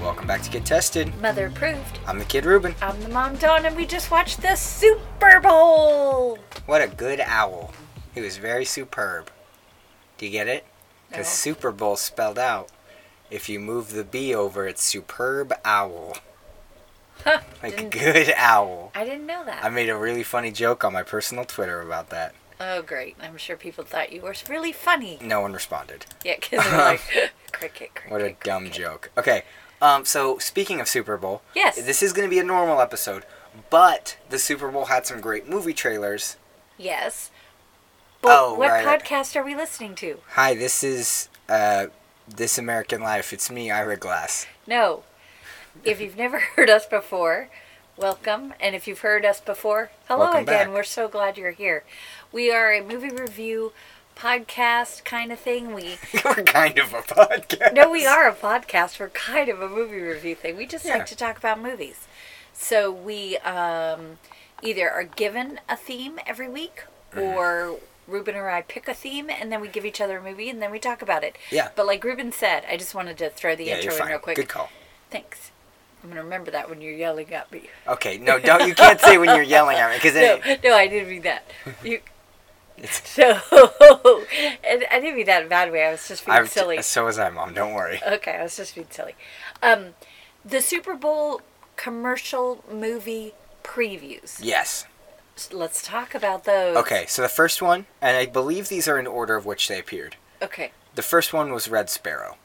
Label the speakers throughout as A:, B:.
A: Welcome back to Get Tested.
B: Mother approved.
A: I'm the Kid Ruben.
B: I'm the mom Dawn, and we just watched the Super Bowl.
A: What a good owl. He was very superb. Do you get it? Because
B: No.
A: Super Bowl spelled out. If you move the B over, it's superb owl.
B: Huh,
A: Like a
B: didn't-
A: good owl.
B: I didn't know that.
A: I made a really funny joke on my personal Twitter about that.
B: oh, great! I'm sure people thought you were really funny.
A: No one responded.
B: Yeah, because they're like cricket, cricket.
A: What a dumb
B: cricket."
A: joke. Okay. Um, so speaking of Super Bowl,
B: Yes.
A: this is going to be a normal episode, but the Super Bowl had some great movie trailers.
B: Yes. But
A: Oh,
B: what
A: right.
B: podcast are we listening to?
A: Hi, this is uh, This American Life. It's me, Ira Glass.
B: No. If you've never heard us before, welcome. And if you've heard us before, hello
A: Welcome
B: again.
A: back.
B: We're so glad you're here. We are a movie review podcast kind of thing. We
A: We're kind of a podcast.
B: No, we are a podcast. We're kind of a movie review thing. We just
A: Yeah.
B: like to talk about movies. So we um, either are given a theme every week,
A: Mm-hmm.
B: or Ruben or I pick a theme, and then we give each other a movie, and then we talk about it.
A: Yeah.
B: But like Ruben said, I just wanted to throw the
A: Yeah, you're
B: intro in
A: fine.
B: real quick.
A: Good call.
B: Thanks. I'm gonna remember that when you're yelling at me.
A: Okay, no, don't. You can't say when you're yelling at me because
B: No, no, I didn't mean that. You.
A: It's-
B: So, and I didn't mean that in a bad way. I was just being
A: I'm
B: silly.
A: So was I, Mom. Don't worry.
B: Okay, I was just being silly. Um, the Super Bowl commercial movie previews.
A: Yes.
B: S- Let's talk about those.
A: Okay, so the first one, and I believe these are in order of which they appeared.
B: Okay.
A: The first one was Red Sparrow.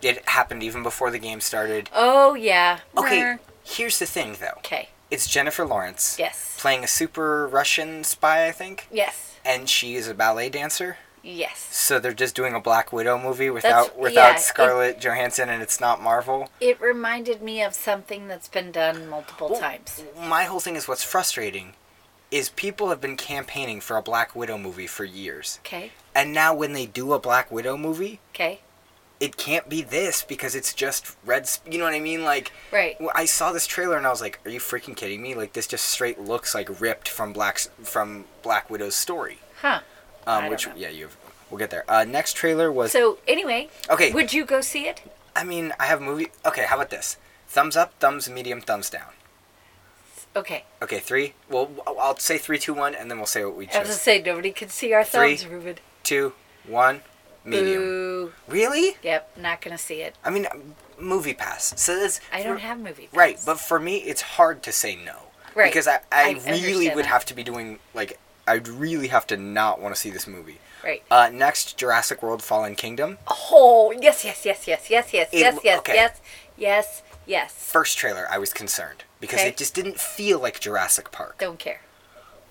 A: It happened even before the game started.
B: Oh yeah.
A: Okay,
B: Brr.
A: here's the thing though.
B: Okay.
A: It's Jennifer Lawrence.
B: Yes.
A: Playing a super Russian spy, I think.
B: Yes.
A: And she is a ballet dancer.
B: Yes.
A: So they're just doing a Black Widow movie without without
B: yeah, it-
A: Scarlett Johansson and it's not Marvel.
B: It reminded me of something that's been done multiple
A: Well,
B: times.
A: My whole thing is what's frustrating is people have been campaigning for a Black Widow movie for years.
B: Okay.
A: And now when they do a Black Widow movie,
B: Okay.
A: it can't be this because it's just red. Sp- you know what I mean? Like,
B: Right.
A: Well, I saw this trailer and I was like, "Are you freaking kidding me? Like this just straight looks like ripped from Black from Black Widow's story."
B: Huh. I
A: Um,
B: don't
A: which
B: know.
A: yeah, you've we'll get there. Uh, next trailer was
B: So anyway,
A: okay.
B: would you go see it?
A: I mean, I have movie. Okay, how about this? Thumbs up, thumbs medium, thumbs down.
B: Okay.
A: Okay, three. Well, I'll say three, two, one, and then we'll say what we
B: I was gonna
A: chose.
B: say nobody can see our
A: Three.
B: thumbs, Ruben.
A: Two, one, medium.
B: Boo.
A: Really?
B: Yep. Not gonna see it.
A: I mean, uh, Movie Pass. So this.
B: I don't have movie.
A: Right,
B: pass.
A: but for me, it's hard to say no.
B: Right.
A: Because I, I,
B: I
A: really
B: understand
A: would
B: that.
A: have to be doing, like, I'd really have to not want to see this movie.
B: right.
A: Uh, next, Jurassic World Fallen Kingdom.
B: Oh, yes, yes, yes, yes, yes, yes,
A: It-
B: yes, yes,
A: okay.
B: yes, yes, yes.
A: First trailer, I was concerned because
B: Okay.
A: it just didn't feel like Jurassic Park.
B: Don't care.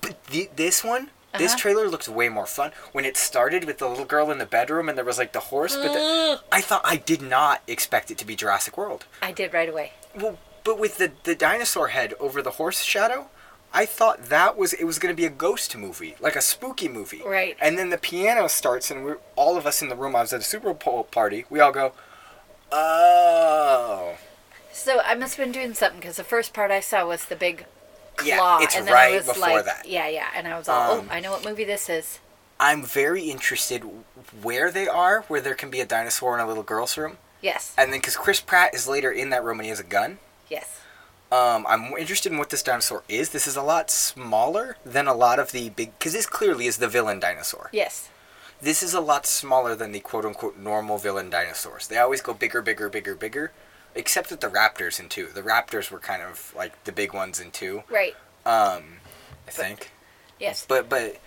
A: But th- this one, this
B: Uh-huh.
A: trailer looked way more fun. When it started with the little girl in the bedroom and there was, like, the horse, but the,
B: Ugh.
A: I thought I did not expect it to be Jurassic World.
B: I did right away.
A: Well, but with the, the dinosaur head over the horse shadow, I thought that was it was going to be a ghost movie, like a spooky movie.
B: Right.
A: And then the piano starts, and we're all of us in the room. I was at a Super Bowl party. We all go, oh,
B: So I must have been doing something because the first part I saw was the big claw,
A: Yeah, it's
B: and then
A: right
B: I was
A: before
B: like,
A: that.
B: yeah, yeah, and I was all,
A: Um,
B: oh, I know what movie this is.
A: I'm very interested where they are, where there can be a dinosaur in a little girl's room,
B: Yes,
A: and then because Chris Pratt is later in that room and he has a gun.
B: yes,
A: Um, I'm interested in what this dinosaur is. This is a lot smaller than a lot of the big, because this clearly is the villain dinosaur.
B: yes,
A: this is a lot smaller than the quote unquote normal villain dinosaurs. They always go bigger, bigger, bigger, bigger. Except with the raptors in two. The raptors were kind of like the big ones in two,
B: right,
A: um, I think.
B: yes.
A: But but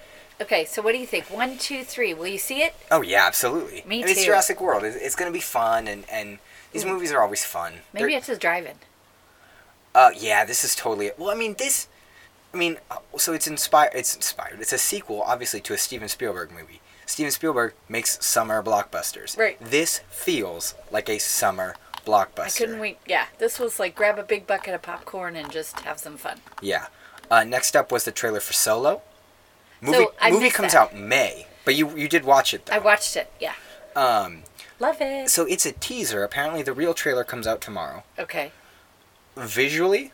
B: Okay, so what do you think? One, two, three. Will you see it?
A: oh yeah, absolutely.
B: Me
A: I mean, It's
B: too. Mm.
A: Jurassic World. It's, it's gonna be fun, and and these movies are always fun.
B: Maybe
A: They're-
B: it's a drive-in.
A: Uh, yeah, this is totally. Well, I mean, this. I mean, uh, so it's inspired. It's inspired. It's a sequel, obviously, to a Steven Spielberg movie. Steven Spielberg makes summer blockbusters.
B: Right.
A: This feels like a summer blockbuster.
B: I couldn't wait. Yeah, this was like grab a big bucket of popcorn and just have some fun.
A: Yeah. Uh, next up was the trailer for Solo. Movie,
B: I
A: movie
B: missed
A: comes
B: that.
A: out May, but you you did watch it though.
B: I watched it. Yeah,
A: um,
B: love it.
A: so it's a teaser. Apparently, the real trailer comes out tomorrow.
B: okay,
A: visually,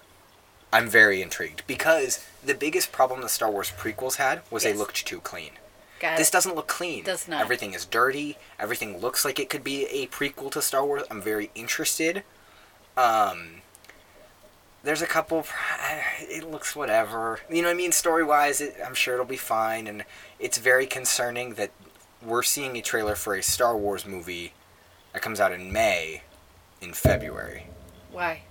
A: I'm very intrigued because the biggest problem the Star Wars prequels had was
B: Yes.
A: they looked too clean.
B: got
A: This
B: it.
A: doesn't look clean.
B: Does not.
A: Everything is dirty. Everything looks like it could be a prequel to Star Wars. I'm very interested. Um, there's a couple. It looks whatever. You know what I mean? Story wise, it, I'm sure it'll be fine. And it's very concerning that we're seeing a trailer for a Star Wars movie that comes out in May, in February.
B: Why?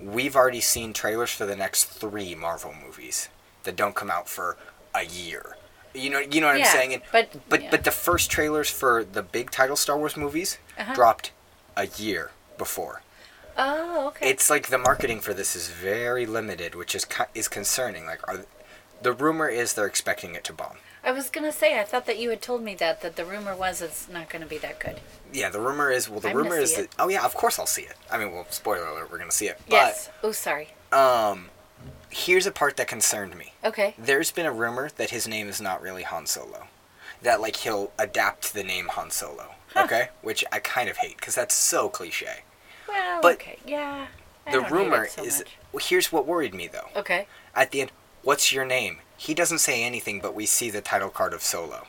A: We've already seen trailers for the next three Marvel movies that don't come out for a year. You know, you know what
B: Yeah,
A: I'm saying. And,
B: but-
A: but
B: yeah.
A: but the first trailers for the big title Star Wars movies
B: Uh-huh.
A: dropped a year before.
B: Oh, okay.
A: It's like the marketing for this is very limited, which is co- is concerning. Like, are, the rumor is they're expecting it to bomb.
B: I was gonna say I thought that you had told me that that the rumor was it's not gonna be that good.
A: Yeah, the rumor is. Well, the
B: I'm gonna
A: rumor is
B: see
A: that.
B: it.
A: Oh yeah, of course I'll see it. I mean, well, spoiler alert, we're gonna see it.
B: yes. Oh, sorry.
A: But um, here's a part that concerned me.
B: Okay.
A: There's been a rumor that his name is not really Han Solo. That like he'll adapt the name Han Solo. Okay, which I kind of hate because that's so cliche.
B: Well,
A: But
B: okay. Yeah. I
A: the
B: don't hate it
A: rumor
B: so
A: is.
B: much.
A: Well, here's what worried me though.
B: Okay.
A: At the end, what's your name? He doesn't say anything, but we see the title card of Solo.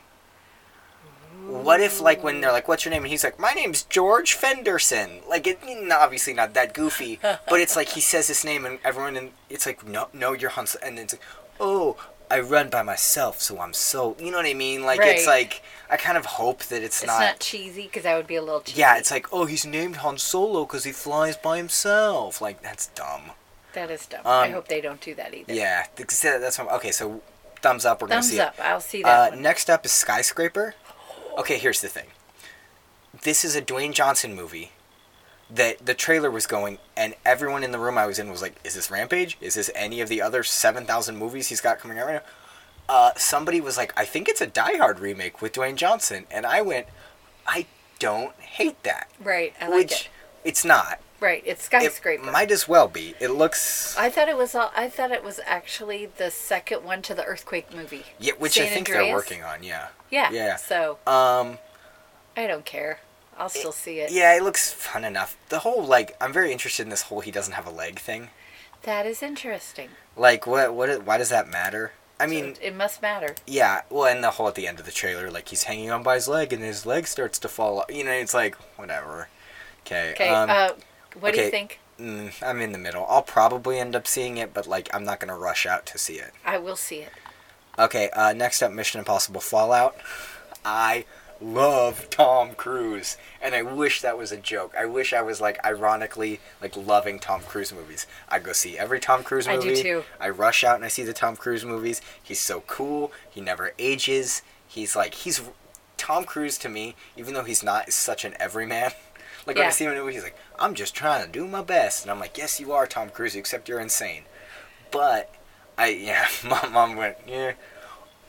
A: What if, like, when they're like, "What's your name?" and he's like, "My name's George Fenderson." Like, it, n- obviously not that goofy, but it's like he says his name, and everyone, and it's like, "No, no, you're Hans," and it's like, "Oh, I run by myself, so I'm so," you know what I mean? Like, it's
B: Right.
A: like I kind of hope that it's,
B: It's
A: not.
B: not, cheesy because I would be a little cheesy.
A: yeah, it's like, oh, he's named Han Solo because he flies by himself. Like, that's dumb.
B: that is dumb. I
A: um,
B: hope they don't do that either.
A: Yeah, th- that's what, okay. So, thumbs up. We're gonna
B: Thumbs
A: see it.
B: up. I'll see
A: Uh,
B: that one.
A: next up is Skyscraper. Okay, here's the thing. This is a Dwayne Johnson movie that the trailer was going, and everyone in the room I was in was like, Is this Rampage? Is this any of the other 7,000 movies he's got coming out right now? Uh, somebody was like, I think it's a Die Hard remake with Dwayne Johnson. And I went, I don't hate that.
B: Right. I like
A: Which
B: it.
A: it's not.
B: Right. It's
A: It
B: skyscraper.
A: might as well be. It looks.
B: I thought it was all, I thought it was actually the second one to the earthquake movie.
A: yeah, which I
B: San
A: think they're
B: Andreas?
A: working on, yeah.
B: Yeah.
A: Yeah.
B: So
A: Um,
B: I don't care. I'll still see it.
A: Yeah, it looks fun enough. The whole like, I'm very interested in this whole he doesn't have a leg thing.
B: That is interesting.
A: Like, what, what, why does that matter? I
B: I
A: mean,
B: mean, it must matter.
A: yeah. Well, and the whole at the end of the trailer, like he's hanging on by his leg, and his leg starts to fall. off. You know, it's like whatever. Okay.
B: Okay.
A: Um,
B: uh, what do
A: okay.
B: you think?
A: mm, I'm in the middle. I'll probably end up seeing it, but like, I'm not gonna rush out to see it.
B: I will see it.
A: Okay. Uh, next up, Mission Impossible Fallout. I love Tom Cruise, and I wish that was a joke. I wish I was like ironically like loving Tom Cruise movies. I go see every Tom Cruise
B: I do
A: movie.
B: too.
A: I rush out and I see the Tom Cruise movies. He's so cool. He never ages. He's like he's Tom Cruise to me, even though he's not, is such an everyman. Like when I
B: Yeah.
A: see him in a movie, he's like, "I'm just trying to do my best," and I'm like, "Yes, you are, Tom Cruise, except you're insane." But I, yeah, my mom went, "Yeah."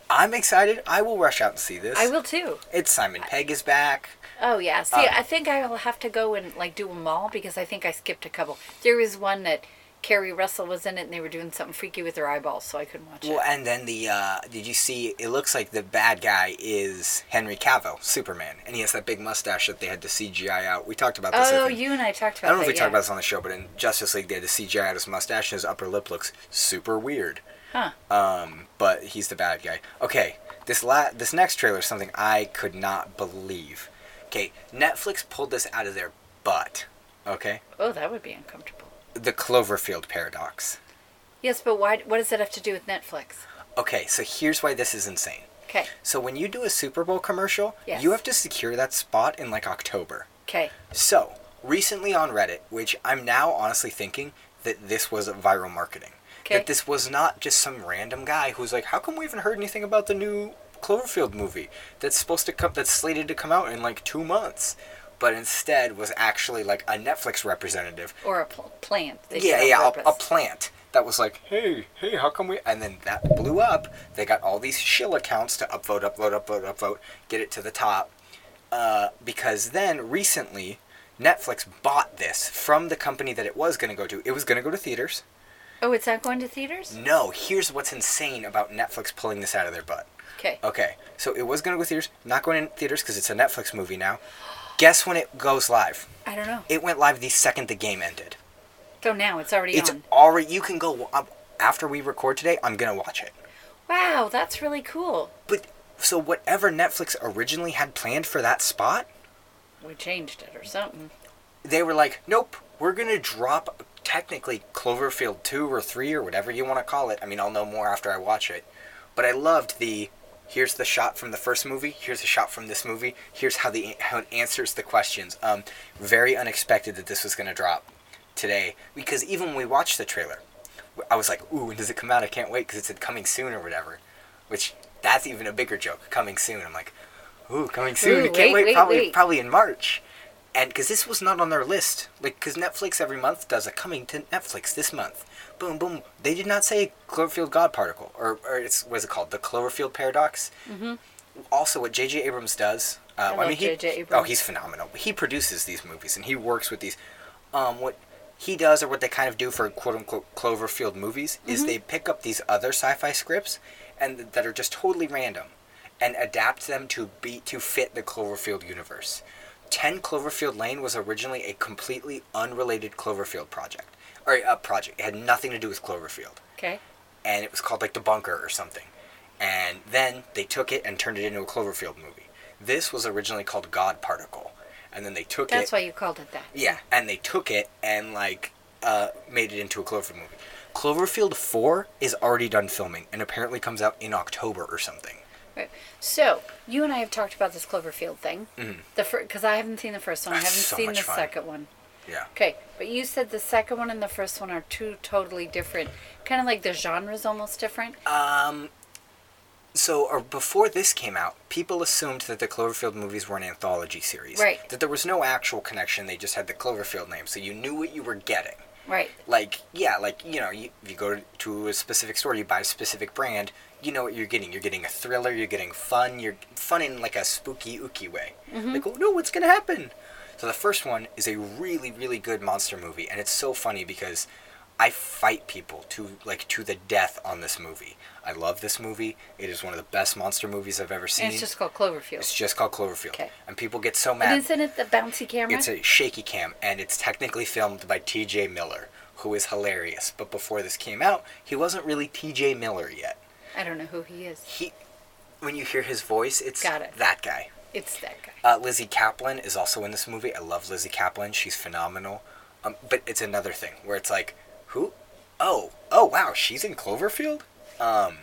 A: I'm excited. I will rush out and see this.
B: I will too.
A: It's Simon Pegg is back.
B: Oh yeah. See,
A: Uh,
B: I think I will have to go and like do them all because I think I skipped a couple. There was one that Carrie Russell was in it, and they were doing something freaky with their eyeballs, so I couldn't watch
A: Well,
B: it.
A: and then the uh, did you see? It looks like the bad guy is Henry Cavill, Superman, and he has that big mustache that they had to CGI out. We talked about this. I
B: Oh,
A: think.
B: you and I talked about.
A: I don't know
B: that,
A: if we
B: yeah.
A: talked about this on the show, but in Justice League, they had to CGI out his mustache, and his upper lip looks super weird.
B: Huh.
A: Um, but he's the bad guy. Okay, this la- this next trailer is something I could not believe. Okay, Netflix pulled this out of their butt. Okay,
B: Oh, that would be uncomfortable.
A: the Cloverfield paradox.
B: Yes, but why? What does that have to do with Netflix?
A: Okay, so here's why this is insane.
B: Okay.
A: So when you do a Super Bowl commercial,
B: Yes.
A: you have to secure that spot in like October.
B: Okay.
A: So recently on Reddit, which I'm now honestly thinking that this was viral marketing.
B: Okay.
A: That this was not just some random guy who's like, how come we haven't heard anything about the new Cloverfield movie that's supposed to come, that's slated to come out in like two months, but instead was actually like a Netflix representative
B: Or a pl- plant. They
A: yeah,
B: said on
A: yeah, a, a
B: purpose.
A: plant that was like, hey, hey, how come we? And then that blew up. They got all these shill accounts to upvote, upload, upload, upvote, get it to the top. Uh, because then recently, Netflix bought this from the company that it was going to go to. It was going to go to theaters.
B: Oh, it's not going to theaters.
A: No, here's what's insane about Netflix pulling this out of their butt.
B: Okay.
A: Okay, so it was going to go to theaters, not going in theaters because it's a Netflix movie now. Guess when it goes live?
B: I don't know.
A: It went live the second the game ended.
B: So now it's already
A: It's
B: on.
A: already. You can go um, after we record today. I'm gonna watch it.
B: Wow, that's really cool.
A: But so whatever Netflix originally had planned for that spot,
B: We changed it or something.
A: they were like, nope, we're going to drop technically Cloverfield 2 or 3 or whatever you want to call it. I mean, I'll know more after I watch it. But I loved the here's the shot from the first movie, here's a shot from this movie, here's how the how it answers the questions. Um, very unexpected that this was going to drop today because even when we watched the trailer, I was like, "Ooh, when does it come out? I can't wait because it said coming soon or whatever." Which that's even a bigger joke, coming soon. I'm like, "Ooh, coming soon. I
B: Ooh,
A: can't
B: wait,
A: wait,
B: wait,
A: probably
B: wait.
A: probably in March." And because this was not on their list, like because Netflix every month does a coming to Netflix this month, boom boom. They did not say Cloverfield God Particle or or it's what is it called? The Cloverfield Paradox. Mm-hmm. Also, what J.J. Abrams does. Uh,
B: love
A: mean, he,
B: J.J.
A: Oh,
B: Abrams.
A: he's phenomenal. He produces these movies and he works with these. Um, what he does or what they kind of do for quote unquote Cloverfield movies
B: Mm-hmm.
A: is they pick up these other sci-fi scripts and th- that are just totally random and adapt them to be to fit the Cloverfield universe. 10 Cloverfield Lane was originally a completely unrelated Cloverfield project or a project. It had nothing to do with Cloverfield
B: Okay.
A: and it was called like the bunker or something and then they took it and turned it into a cloverfield movie this was originally called god particle and then they took
B: That's
A: it
B: why you called it that.
A: yeah and they took it and like uh, made it into a cloverfield movie cloverfield 4 is already done filming and apparently comes out in october or something
B: Right. So you and I have talked about this Cloverfield thing. Mm. The because I haven't seen the first one, I haven't
A: Mm-hmm. so
B: seen
A: much
B: the
A: fun.
B: second one.
A: yeah
B: Okay, but you said the second one and the first one are two totally different, kind of like the genres almost different.
A: Uh, so or before this came out people assumed that the cloverfield movies were an anthology series
B: Right.
A: that there was no actual connection they just had the cloverfield name so you knew what you were getting
B: right. like
A: like yeah like you know you, if you go to a specific store you buy a specific brand you know what you're getting you're getting a thriller you're getting fun you're fun in like a spooky ooky way
B: Mm-hmm.
A: like oh no what's gonna happen so the first one is a really really good monster movie and it's so funny because i fight people to like to the death on this movie i love this movie it is one of the best monster movies i've ever seen
B: And it's just called Cloverfield.
A: It's just called cloverfield
B: Okay.
A: and people get so
B: but
A: mad
B: isn't it the bouncy camera?
A: it's a shaky cam, and it's technically filmed by T.J. Miller, who is hilarious. But before this came out, he wasn't really T.J. Miller yet.
B: I don't know who he is.
A: He, when you hear his voice, it's
B: Got it.
A: that guy.
B: It's that guy.
A: Uh, Lizzie Kaplan is also in this movie. I love Lizzie Kaplan; she's phenomenal. Um, but it's another thing where it's like, who? Oh, oh wow, she's in Cloverfield. Um,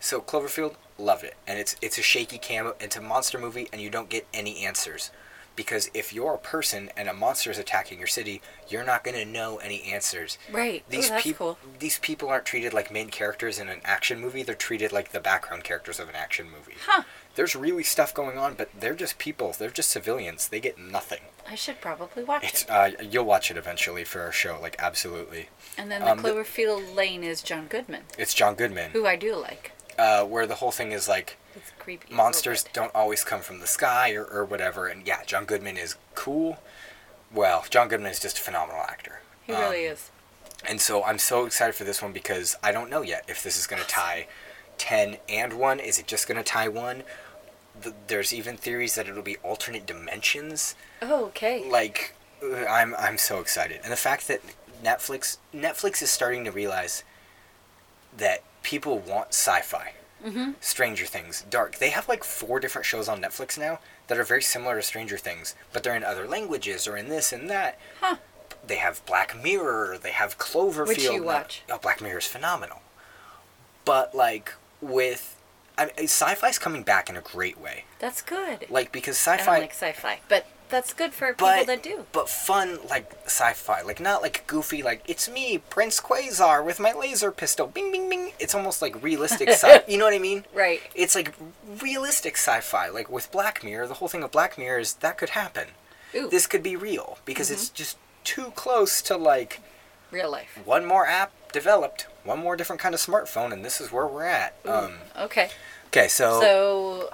A: so Cloverfield, loved it, and it's it's a shaky cam. It's a monster movie, and you don't get any answers because if you're a person and a monster is attacking your city, you're not gonna know any answers.
B: Right. Ooh,
A: These
B: Oh, that's
A: people,
B: cool.
A: these people aren't treated like main characters in an action movie. They're treated like the background characters of an action movie.
B: Huh.
A: There's really stuff going on, but they're just people. They're just civilians. They get nothing.
B: I should probably watch
A: It's
B: it.
A: uh, you'll watch it eventually for our show, like absolutely.
B: And then the
A: um, the-
B: Cloverfield Lane is John Goodman,
A: It's John Goodman,
B: who I do like.
A: uh, where the whole thing is like
B: It's creepy. a little
A: monsters
B: bit.
A: don't always come from the sky or, or whatever. And yeah, John Goodman is cool. Well, John Goodman is just a phenomenal actor.
B: He
A: Um,
B: really is.
A: And so I'm so excited for this one because I don't know yet if this is going to tie 10 and 1. Is it just going to tie 1? Th there's even theories that it'll be alternate dimensions.
B: Oh, okay.
A: Like uh, I'm I'm so excited. And the fact that Netflix Netflix is starting to realize that people want sci-fi. Mm-hmm. Stranger Things, Dark. They have like four different shows on Netflix now that are very similar to Stranger Things, but they're in other languages or in this and that
B: Huh.
A: they have Black Mirror, they have Cloverfield.
B: Which you watch.
A: Oh, Black Mirror is phenomenal. But like with, I mean, sci-fi's coming back in a great way.
B: That's good.
A: Like because
B: I
A: sci-fi,
B: don't like sci-fi, but that's good for people
A: but
B: that do.
A: but fun like sci-fi, like not like goofy, like it's me Prince Quasar with my laser pistol, bing bing bing. It's almost like realistic sci. You know what I mean?
B: Right.
A: It's like realistic sci-fi. Like with Black Mirror, the whole thing of Black Mirror is that could happen.
B: Ooh, Mm-hmm.
A: This could be real because it's just too close to like
B: real life.
A: one more app developed, one more different kind of smartphone, and this is where we're at. Um,
B: Okay.
A: okay, so,
B: So,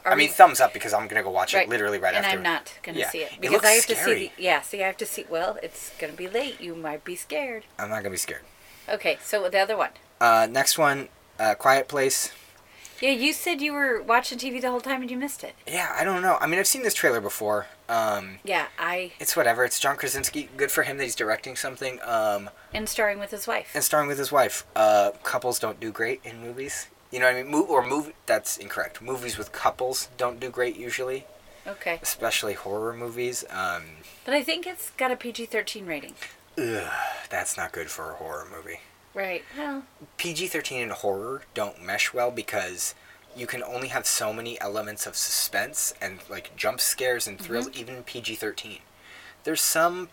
B: are
A: I mean,
B: we-
A: thumbs up because I'm gonna go watch it
B: right.
A: literally right
B: and
A: after.
B: I'm not gonna
A: Yeah.
B: see it
A: It
B: because
A: looks
B: I have to
A: scary.
B: see. The, yeah, see, I have to see. Well, it's gonna be late. You might be scared.
A: I'm not gonna be scared.
B: Okay, so the other one.
A: Uh, next one, uh, Quiet Place.
B: Yeah, you said you were watching TV the whole time and you missed it.
A: Yeah, I don't know. I mean, I've seen this trailer before. Um,
B: Yeah, I
A: it's whatever. It's John Krasinski. Good for him that he's directing something. Um,
B: and starring with his wife.
A: and starring with his wife. Uh, couples don't do great in movies. You know what I mean? Mo- or movie. That's incorrect. Movies with couples don't do great usually,
B: Okay,
A: especially horror movies. Um,
B: but I think it's got a PG-13 rating.
A: ugh, that's not good for a horror movie.
B: Right. Well,
A: PG 13 and horror don't mesh well because you can only have so many elements of suspense and like jump scares and thrills,
B: Mm-hmm.
A: even PG 13. There's some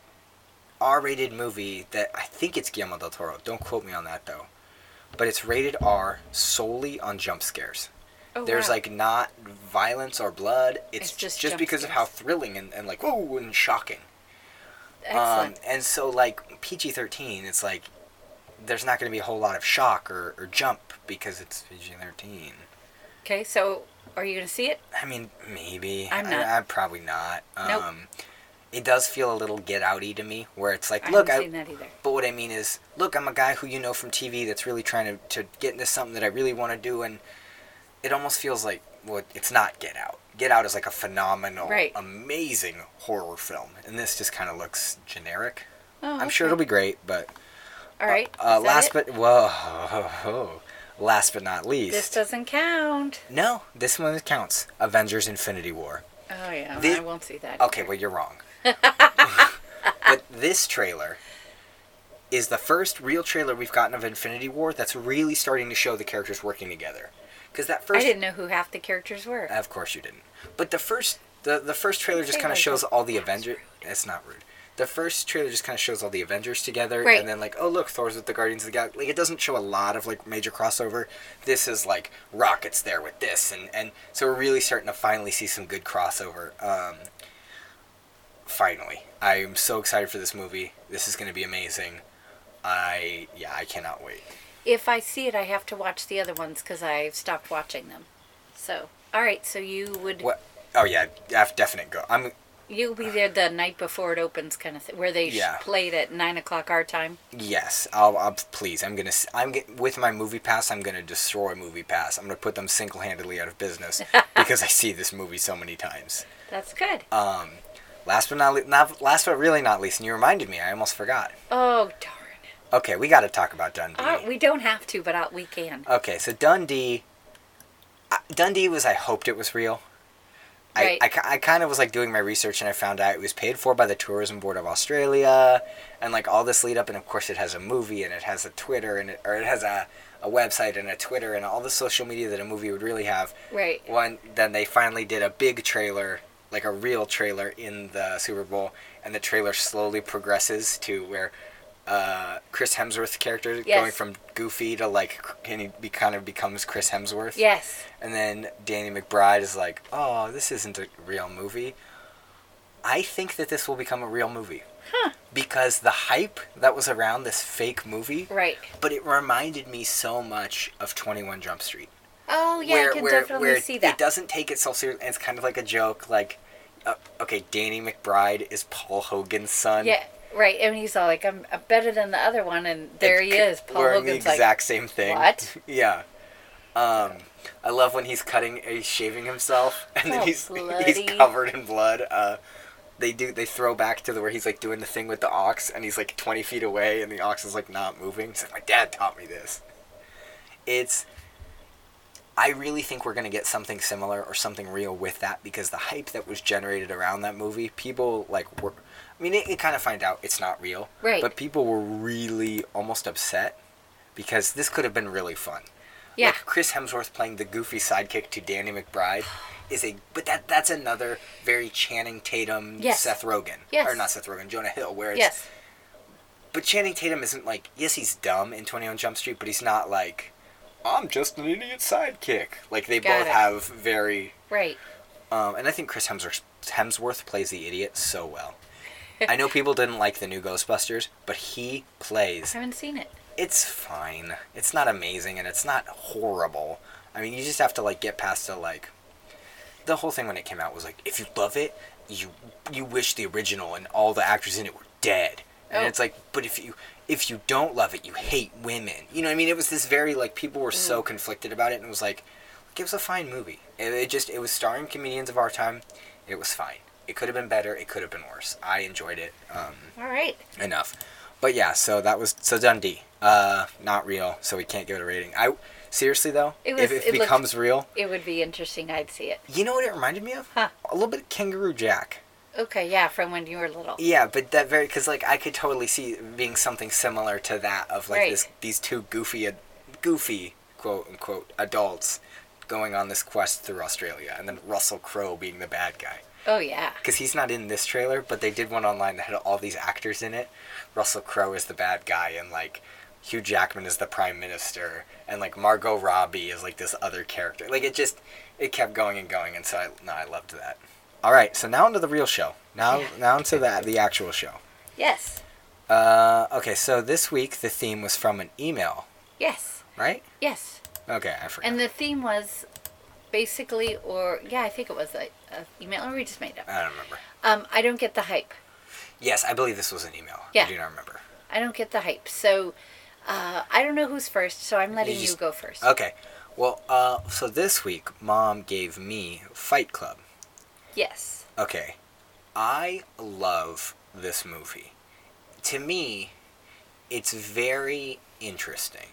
A: R rated movie that I think it's Guillermo del Toro. Don't quote me on that though. But it's rated R solely on jump scares.
B: oh,
A: There's
B: wow.
A: like not violence or blood. It's,
B: It's just
A: just,
B: jump
A: just because of
B: scares.
A: how thrilling and, and like, whoa, and shocking. Um,
B: excellent.
A: and so, like PG thirteen, it's like there's not going to be a whole lot of shock or, or jump because it's PG thirteen.
B: okay, so are you gonna see it?
A: I mean, maybe
B: I'm
A: I-
B: not.
A: I, am probably not. Um,
B: Nope.
A: It does feel a little get outy to me, where it's like,
B: I
A: look,
B: haven't
A: I.
B: seen that either.
A: But what I mean is, look, I'm a guy who you know from TV that's really trying to to get into something that I really want to do, and it almost feels like well, it's not Get Out. Get Out is like a phenomenal,
B: Right.
A: amazing horror film, and this just kind of looks generic.
B: Oh,
A: I'm sure
B: okay.
A: it'll be great, but
B: All right.
A: Uh,
B: is that
A: last
B: it?
A: but whoa, last but not least.
B: this doesn't count.
A: no, this one counts. Avengers: Infinity War.
B: Oh yeah,
A: Thi-
B: I won't see that.
A: Okay, well you're wrong. but this trailer is the first real trailer we've gotten of Infinity War that's really starting to show the characters working together. Because that
B: I
A: first,
B: didn't know who half the characters were.
A: of course you didn't. But the first, the the first trailer just
B: Say
A: kind of
B: like
A: shows
B: that.
A: all the
B: That's
A: Avengers. It's not rude. The first trailer just kind of shows all the Avengers together,
B: Right.
A: and then like, oh look, Thor's with the Guardians of the Galaxy. Like it doesn't show a lot of like major crossover. This is like Rocket's there with this, and and so we're really starting to finally see some good crossover. Um, finally, I am so excited for this movie. This is going to be amazing. I yeah, I cannot wait.
B: If I see it, I have to watch the other ones because I've stopped watching them. So, all right. So you would
A: What? Oh yeah, def- definite go. I'm
B: you'll be there the night before it opens, kind of thing, where they
A: Yeah.
B: sh- played at nine o'clock our time.
A: Yes, I'll, I'll please. I'm gonna. s- I'm get, with my movie pass. I'm gonna destroy movie pass. I'm gonna put them single handedly out of business because I see this movie so many times.
B: That's good.
A: Um, last but not, le- not last but really not least, and you reminded me. I almost forgot.
B: oh darn!
A: Okay, we got to talk about Dundee.
B: Uh, we don't have to, but i we can.
A: okay, so Dundee. I, Dundee was. I hoped it was real.
B: Right.
A: I, I, ki- I kind of was like doing my research and I found out it was paid for by the Tourism Board of Australia and like all this lead up. And of course, it has a movie and it has a Twitter and it, or it has a, a website and a Twitter and all the social media that a movie would really have.
B: Right.
A: One, then they finally did a big trailer, like a real trailer in the Super Bowl. And the trailer slowly progresses to where uh, Chris Hemsworth's character
B: Yes.
A: going from goofy to like, and he be, kind of becomes Chris Hemsworth.
B: Yes.
A: And then Danny McBride is like, oh, this isn't a real movie. I think that this will become a real movie.
B: Huh.
A: Because the hype that was around this fake movie,
B: Right.
A: but it reminded me so much of 21 Jump Street.
B: Oh yeah, I can definitely
A: where
B: see
A: It
B: that.
A: doesn't take itself seriously, and it's kind of like a joke, like, uh, okay, Danny McBride is Paul Hogan's son.
B: Yeah. Right. And he's all like, "I'm, I'm better than the other one," and there
A: and
B: he
A: c-
B: is. Paul
A: wearing
B: Hogan's
A: the
B: like,
A: exact same thing.
B: "What?"
A: yeah. Um, I love when he's cutting, uh, he's shaving himself, and then
B: Oh,
A: he's
B: bloody.
A: he's covered in blood. Uh, they do they throw back to the where he's like doing the thing with the ox, and he's like twenty feet away, and the ox is like not moving. He's like, my dad taught me this. It's. I really think we're gonna get something similar or something real with that because the hype that was generated around that movie, people like were. I mean, you kind of find out it's not real,
B: Right.
A: But people were really almost upset because this could have been really fun.
B: "Yeah."
A: Like Chris Hemsworth playing the goofy sidekick to Danny McBride is a but that that's another very Channing Tatum
B: Yes.
A: Seth Rogen.
B: Yes.
A: Or not Seth Rogen, Jonah Hill where it's
B: yes.
A: but Channing Tatum isn't like yes he's dumb in 21 Jump Street but he's not like I'm just an idiot sidekick. Like they
B: Got
A: both
B: it.
A: have very
B: Right.
A: um, and I think Chris Hemsworth Hemsworth plays the idiot so well. I know people didn't like the new Ghostbusters, but he plays
B: I haven't seen it.
A: it's fine. It's not amazing and it's not horrible. I mean, you just have to like get past the like the whole thing when it came out was like if you love it, you you wish the original and all the actors in it were dead. And
B: Oh.
A: it's like, but if you if you don't love it, you hate women. You know what I mean? It was this very like people were so conflicted about it and it was like it was a fine movie. It, it just it was starring comedians of our time. It was fine. It could have been better. It could have been worse. I enjoyed it. Um,
B: All right.
A: enough. But yeah, so that was so Dundee. Uh, not real, so we can't give it a rating. I seriously though,
B: It was-
A: if if
B: it
A: it
B: looked-
A: becomes real,
B: It would be interesting. I'd see it.
A: you know what it reminded me of?
B: Huh.
A: A little bit of Kangaroo Jack.
B: Okay, yeah, from when you were little.
A: Yeah, but that very because like I could totally see it being something similar to that of like
B: Right.
A: this these two goofy, ad- goofy quote unquote adults going on this quest through Australia, and then Russell Crowe being the bad guy
B: Oh yeah.
A: because he's not in this trailer, but they did one online that had all these actors in it. Russell Crowe is the bad guy, and like Hugh Jackman is the prime minister, and like Margot Robbie is like this other character. Like it just it kept going and going, and so I no, I loved that. All right, so now onto the real show. Now
B: Yeah.
A: now onto the the actual show.
B: Yes.
A: Uh, okay, so this week the theme was from an email,
B: Yes.
A: right?
B: Yes.
A: Okay, I forgot.
B: And the theme was basically, or yeah, I think it was a, a email, or we just made it up.
A: I don't remember.
B: Um, I don't get the hype.
A: Yes, I believe this was an email.
B: Yeah.
A: I do not remember.
B: I don't get the hype. So uh, I don't know who's first, so I'm letting
A: You
B: you,
A: just-
B: go first.
A: Okay, well, uh, so this week mom gave me Fight Club.
B: Yes.
A: Okay. I love this movie. To me, it's very interesting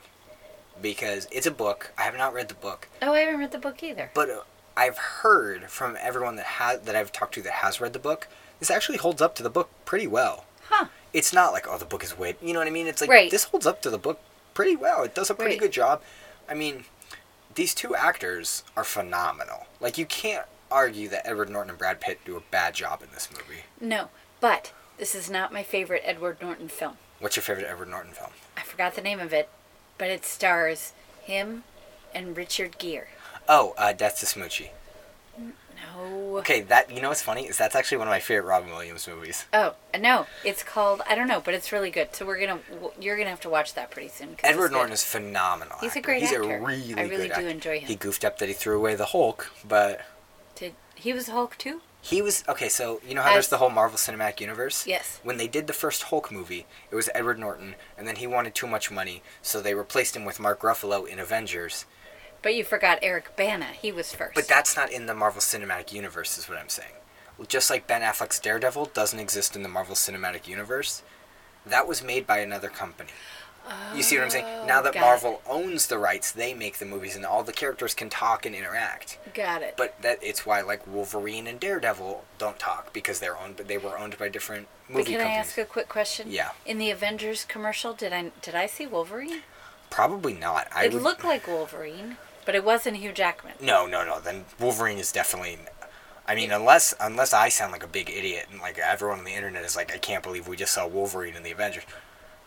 A: because it's a book. I have not read the book,
B: Oh, I haven't read the book either.
A: but uh, I've heard from everyone that has that I've talked to that has read the book, this actually holds up to the book pretty well.
B: Huh.
A: It's not like oh the book is way, you know what I mean? It's like
B: Right.
A: this holds up to the book pretty well. It does a pretty
B: Right.
A: good job. I mean, these two actors are phenomenal. Like you can't argue that Edward Norton and Brad Pitt do a bad job in this movie.
B: No, but this is not my favorite Edward Norton film.
A: What's your favorite Edward Norton film?
B: I forgot the name of it, but it stars him and Richard Gere.
A: Oh, uh, Death to Smoochie.
B: No.
A: Okay, that you know what's funny is that's actually one of my favorite Robin Williams movies.
B: Oh no, it's called I don't know, but it's really good. So we're gonna you're gonna have to watch that pretty soon. 'cause
A: Edward
B: it's good.
A: Norton is phenomenal.
B: He's a
A: actor.
B: great
A: He's
B: actor.
A: a really,
B: I really
A: good
B: do
A: actor.
B: enjoy him.
A: He goofed up that he threw away the Hulk, but
B: Did he was Hulk too?
A: he was okay. So you know how
B: As-
A: there's the whole Marvel Cinematic Universe.
B: Yes.
A: When they did the first Hulk movie, it was Edward Norton, and then he wanted too much money, so they replaced him with Mark Ruffalo in Avengers.
B: But you forgot Eric Bana. He was first.
A: But that's not in the Marvel Cinematic Universe, is what I'm saying. Just like Ben Affleck's Daredevil doesn't exist in the Marvel Cinematic Universe, that was made by another company. You see what I'm saying? Now
B: Oh,
A: that
B: got it.
A: Marvel owns the rights, they make the movies and all the characters can talk and interact.
B: got it.
A: But that it's why like Wolverine and Daredevil don't talk because they're owned they were owned by different
B: But
A: movie
B: can I
A: companies.
B: ask a quick question?
A: Yeah.
B: In the Avengers commercial, did I did I see Wolverine?
A: Probably not. I
B: it
A: would-
B: looked like Wolverine, but it wasn't Hugh Jackman.
A: No, no, no. Then Wolverine is definitely. I mean, unless unless I sound like a big idiot and like everyone on the internet is like, I can't believe we just saw Wolverine in the Avengers.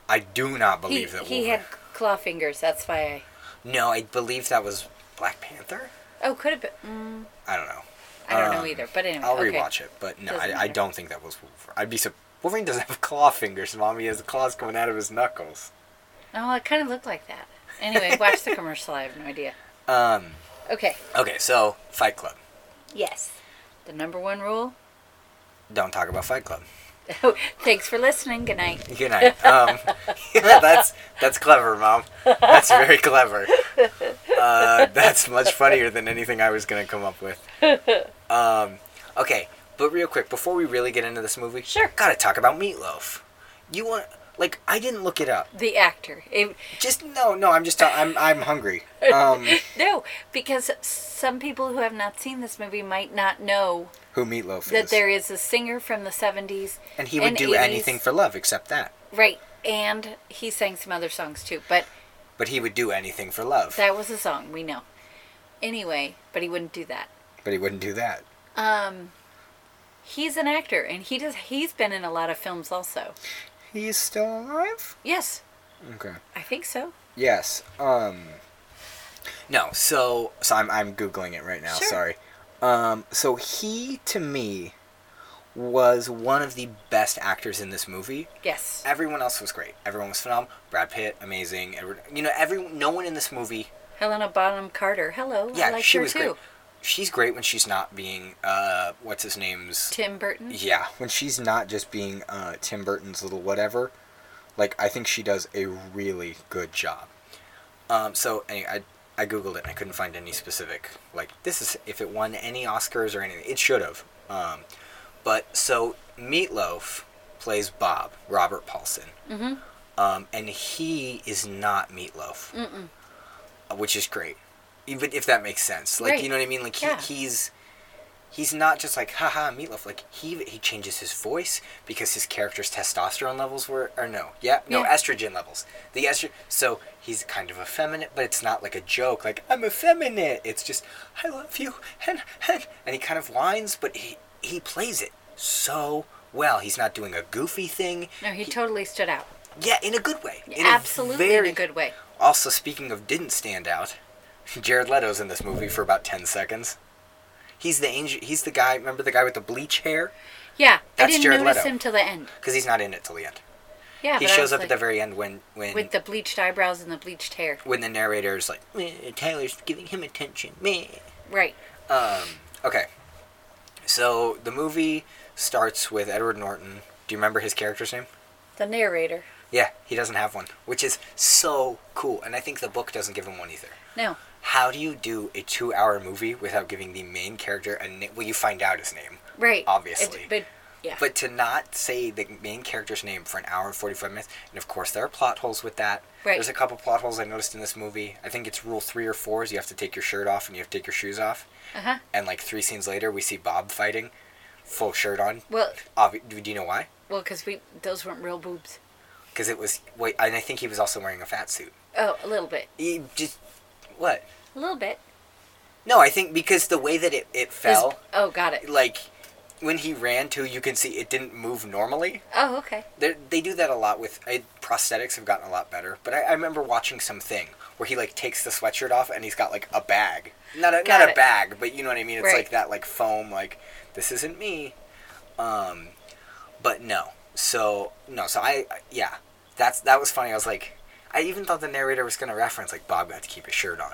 A: I do not
B: He,
A: believe that. Wolverine.
B: he had claw fingers. That's why I.
A: No, I believe that was Black Panther.
B: Oh, could have been. Mm,
A: I don't know.
B: I don't know
A: Um,
B: either. But anyway,
A: I'll
B: okay.
A: rewatch it, but no,
B: Doesn't
A: I, I
B: matter.
A: don't think that was Wolverine. I'd be surprised. Wolverine doesn't have claw fingers, Mom. He has claws coming out of his knuckles.
B: Oh, it kind of looked like that. Anyway, watch the commercial. I have no idea.
A: Um.
B: Okay.
A: Okay, so Fight Club.
B: Yes. The number one rule.
A: Don't talk about Fight Club.
B: Thanks for listening. Good night.
A: Good night. Um, yeah, that's that's clever, mom. That's very clever. Uh, that's much funnier than anything I was gonna come up with. Um, okay, but real quick before we really get into this movie,
B: Sure.
A: gotta talk about Meatloaf. You want like I didn't look it up.
B: The actor. It-
A: Just no, no. I'm just ta- I'm I'm hungry. Um,
B: no, because some people who have not seen this movie might not know
A: who Meatloaf
B: that
A: is?
B: there is a singer from the 70s.
A: and he would
B: and
A: do
B: 80s.
A: anything for love except that.
B: Right. And he sang some other songs too, but
A: But he would do anything for love.
B: that was a song, we know. Anyway, but he wouldn't do that.
A: but he wouldn't do that.
B: Um he's an actor and he does he's been in a lot of films also.
A: He's still alive.
B: Yes,
A: Okay.
B: I think so.
A: Yes. Um No, so so I'm I'm googling it right now,
B: Sure.
A: sorry. Um so he to me was one of the best actors in this movie.
B: Yes.
A: Everyone else was great. Everyone was phenomenal. Brad Pitt, amazing. Edward, you know, every no one in this movie.
B: Helena Bonham Carter. Hello.
A: Yeah,
B: I like
A: she
B: her
A: was
B: too.
A: great. She's great when she's not being uh what's his name's
B: Tim Burton.
A: yeah, when she's not just being uh, Tim Burton's little whatever, like I think she does a really good job. Um, so anyway, I I googled it and I couldn't find any specific like this is if it won any Oscars or anything. It should have. Um, but so Meatloaf plays Bob Robert Paulson,
B: Mhm.
A: um, and he is not Meatloaf, uh,
B: Mm-mm.
A: which is great. Even if that makes sense, like
B: Right.
A: you know what I mean. Like he,
B: Yeah.
A: he's he's not just like haha meatloaf like he he changes his voice because his character's testosterone levels were or no yeah no
B: Yeah.
A: estrogen levels the estrogen so he's kind of effeminate but it's not like a joke like i'm effeminate it's just i love you and and, and he kind of whines but he he plays it so well he's not doing a goofy thing
B: No, he totally stood out.
A: yeah in a good way in
B: Absolutely
A: a very
B: in a good way.
A: also, speaking of didn't stand out, Jared Leto's in this movie for about ten seconds. He's the angel. He's the guy. Remember the guy with the bleach hair?
B: Yeah, I
A: That's
B: didn't
A: Jared
B: notice
A: Leto.
B: him till the end.
A: Because he's not in it till the end.
B: Yeah,
A: he
B: but I
A: shows
B: was
A: up
B: like,
A: at the very end when when
B: with the bleached eyebrows and the bleached hair.
A: when the narrator is like, "Meh, "Tyler's giving him attention." Meh.
B: Right.
A: Um. Okay. So the movie starts with Edward Norton. Do you remember his character's name?
B: The narrator.
A: Yeah, he doesn't have one, which is so cool. And I think the book doesn't give him one either.
B: No.
A: How do you do a two hour movie without giving the main character a name? Well, you find out his name.
B: Right.
A: Obviously.
B: It- but yeah.
A: But to not say the main character's name for an hour and 45 minutes, and of course, there are plot holes with that.
B: Right.
A: There's a couple plot holes I noticed in this movie. I think it's rule three or four is you have to take your shirt off and you have to take your shoes off.
B: uh-huh.
A: And like three scenes later, we see Bob fighting, full shirt on.
B: Well,
A: Obvi- do do you know why?
B: well, because we those weren't real boobs.
A: Because it was. Wait, and I think he was also wearing a fat suit.
B: Oh, a little bit.
A: He just. What?
B: A little bit.
A: No, I think because the way that it, it
B: His-
A: fell.
B: oh, got it.
A: like when he ran too, you can see it didn't move normally.
B: Oh, okay.
A: They're, they do that a lot with I, prosthetics. Have gotten a lot better, but I, I remember watching something where he like takes the sweatshirt off and he's got like a bag, not a
B: Got
A: not a
B: it.
A: bag, but you know what I mean. It's
B: Right.
A: like that like foam. Like this isn't me. Um, but no. So no. So I, I yeah. That's that was funny. I was like, I even thought the narrator was gonna reference like Bob got to keep his shirt on.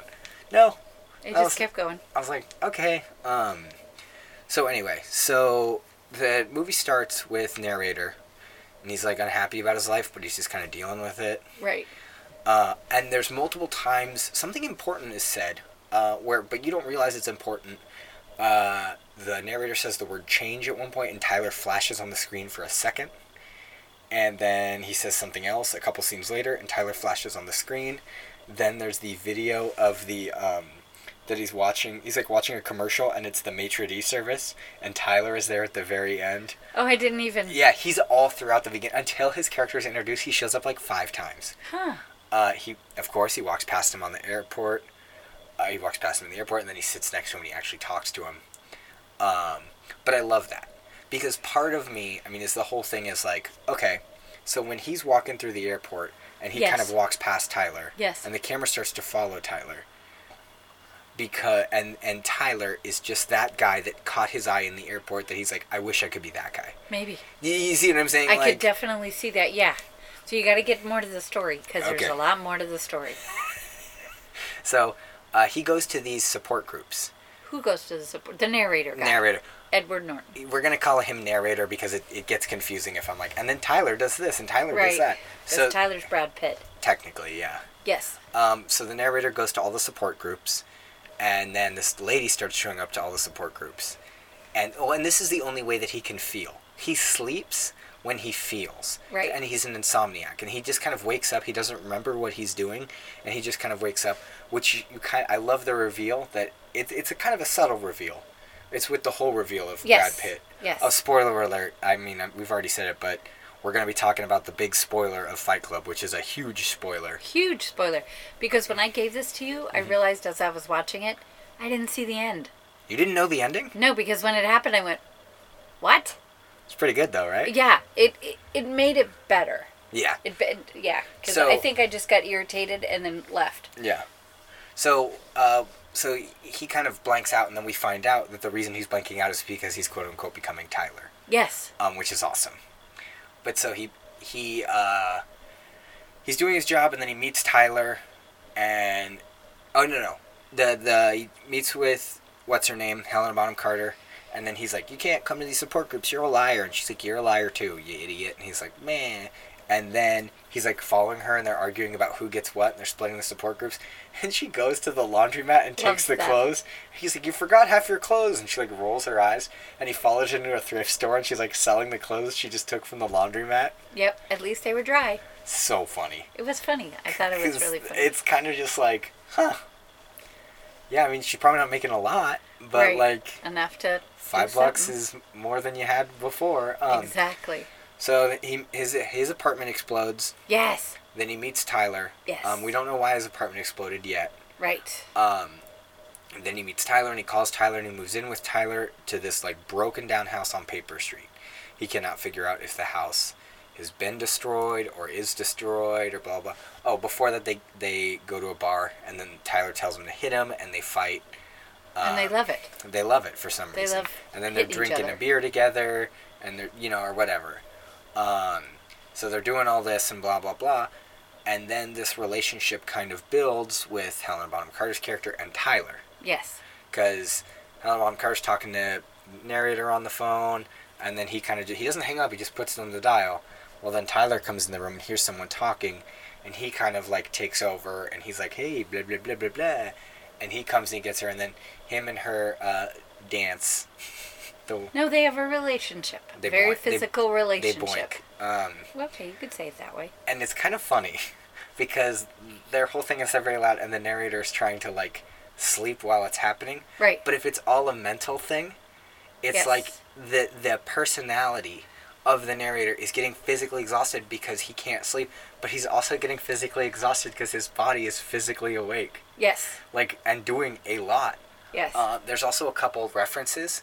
A: No,
B: It
A: Oh,
B: just
A: so-
B: kept going.
A: I was like, okay. Um, so anyway, so the movie starts with narrator, and he's like unhappy about his life, but he's just kind of dealing with it.
B: Right.
A: Uh, and there's multiple times something important is said, uh, where but you don't realize it's important. Uh, the narrator says the word change at one point, and Tyler flashes on the screen for a second. And then he says something else a couple scenes later, and Tyler flashes on the screen. Then there's the video of the um, that he's watching. He's like watching a commercial, and it's the maitre d' service, and Tyler is there at the very end.
B: Oh, I didn't even.
A: Yeah, he's all throughout the beginning until his character is introduced. He shows up like five times.
B: Huh.
A: Uh, he, of course, he walks past him on the airport. Uh, he walks past him in the airport, and then he sits next to him and he actually talks to him. Um, but I love that because part of me, I mean, is the whole thing is like, okay, so when he's walking through the airport and he kind
B: Yes.
A: of walks past Tyler,
B: Yes.
A: and the camera starts to follow Tyler because and and Tyler is just that guy that caught his eye in the airport that he's like, I wish I could be that guy.
B: Maybe.
A: You, you see what I'm saying?
B: I
A: like,
B: could definitely see that. Yeah. So you got to get more to the story because
A: Okay.
B: there's a lot more to the story.
A: so uh, he goes to these support groups.
B: Who goes to the support? The narrator guy.
A: Narrator.
B: Edward Norton.
A: We're gonna call him narrator because it, it gets confusing if I'm like, and then Tyler does this and Tyler does
B: Right.
A: that. So
B: Because Tyler's Brad Pitt.
A: technically, yeah.
B: Yes.
A: Um, so the narrator goes to all the support groups, and then this lady starts showing up to all the support groups, and oh, and this is the only way that he can feel. He sleeps when he feels,
B: Right.
A: And he's an insomniac, and he just kind of wakes up. He doesn't remember what he's doing, and he just kind of wakes up. Which you, you kind, I love the reveal that it, it's a kind of a subtle reveal. It's with the whole reveal of
B: Yes.
A: Brad Pitt.
B: Yes.
A: Oh, spoiler alert! I mean, I- we've already said it, but we're going to be talking about the big spoiler of Fight Club, which is a huge spoiler.
B: Huge spoiler. Because when I gave this to you,
A: Mm-hmm.
B: I realized as I was watching it, I didn't see the end.
A: You didn't know the ending?
B: No, because when it happened, I went, "What?"
A: It's pretty good though, right?
B: Yeah. It it, it made it better.
A: Yeah.
B: It, it yeah. Because
A: So-
B: I think I just got irritated and then left.
A: Yeah. So, uh, so he kind of blanks out, and then we find out that the reason he's blanking out is because he's quote unquote becoming Tyler,
B: Yes.
A: um, which is awesome. But so he he uh, he's doing his job, and then he meets Tyler, and oh no no, the the he meets with what's her name Helena Bonham Carter. And then he's like, "You can't come to these support groups. You're a liar." And she's like, "You're a liar too, you idiot." And he's like, "Man." And then he's like following her, and they're arguing about who gets what, and they're splitting the support groups. And she goes to the laundromat and takes
B: Love
A: the
B: that.
A: clothes. He's like, "You forgot half your clothes," and she like rolls her eyes. And he follows her into a thrift store, and she's like selling the clothes she just took from the laundromat.
B: Yep. At least they were dry.
A: So funny.
B: It was funny. I thought it was really funny.
A: It's kind of just like, huh. Yeah, I mean, she's probably not making a lot, but
B: Right.
A: like
B: enough to do
A: five bucks
B: something.
A: is more than you had before. Um,
B: exactly
A: So he, his his apartment explodes.
B: yes
A: Then he meets Tyler.
B: Yes.
A: Um, we don't know why his apartment exploded yet.
B: right
A: Um, and then he meets Tyler and he calls Tyler and he moves in with Tyler to this like broken down house on Paper Street. He cannot figure out if the house has been destroyed or is destroyed or blah blah. Oh, before that they they go to a bar and then Tyler tells him to hit him and they fight. Um, Ah.
B: and they love it
A: They love it for some
B: They
A: reason.
B: love
A: and then they're
B: hitting each
A: drinking a
B: other.
A: beer together and they're, you know, or whatever. Um, so they're doing all this and blah, blah, blah. And then this relationship kind of builds with Helen Bonham Carter's character and Tyler.
B: yes
A: Because Helen Bonham Carter's um, talking to narrator on the phone and then he kind of, he doesn't hang up, he just puts it on the dial. Well, then Tyler comes in the room and hears someone talking and he kind of like takes over and he's like, hey, blah, blah, blah, blah, blah. And he comes and he gets her and then him and her uh, dance. the,
B: no they have a relationship
A: They
B: very
A: boink. They-
B: physical
A: they
B: relationship
A: boink. Um,
B: okay you could say it that way
A: and it's kind of funny because their whole thing is said very loud and the narrator is trying to like sleep while it's happening.
B: right
A: But if it's all a mental thing, it's
B: Yes.
A: like the the personality of the narrator is getting physically exhausted because he can't sleep, but he's also getting physically exhausted because his body is physically awake,
B: yes
A: like and doing a lot.
B: yes
A: Uh, there's also a couple of references.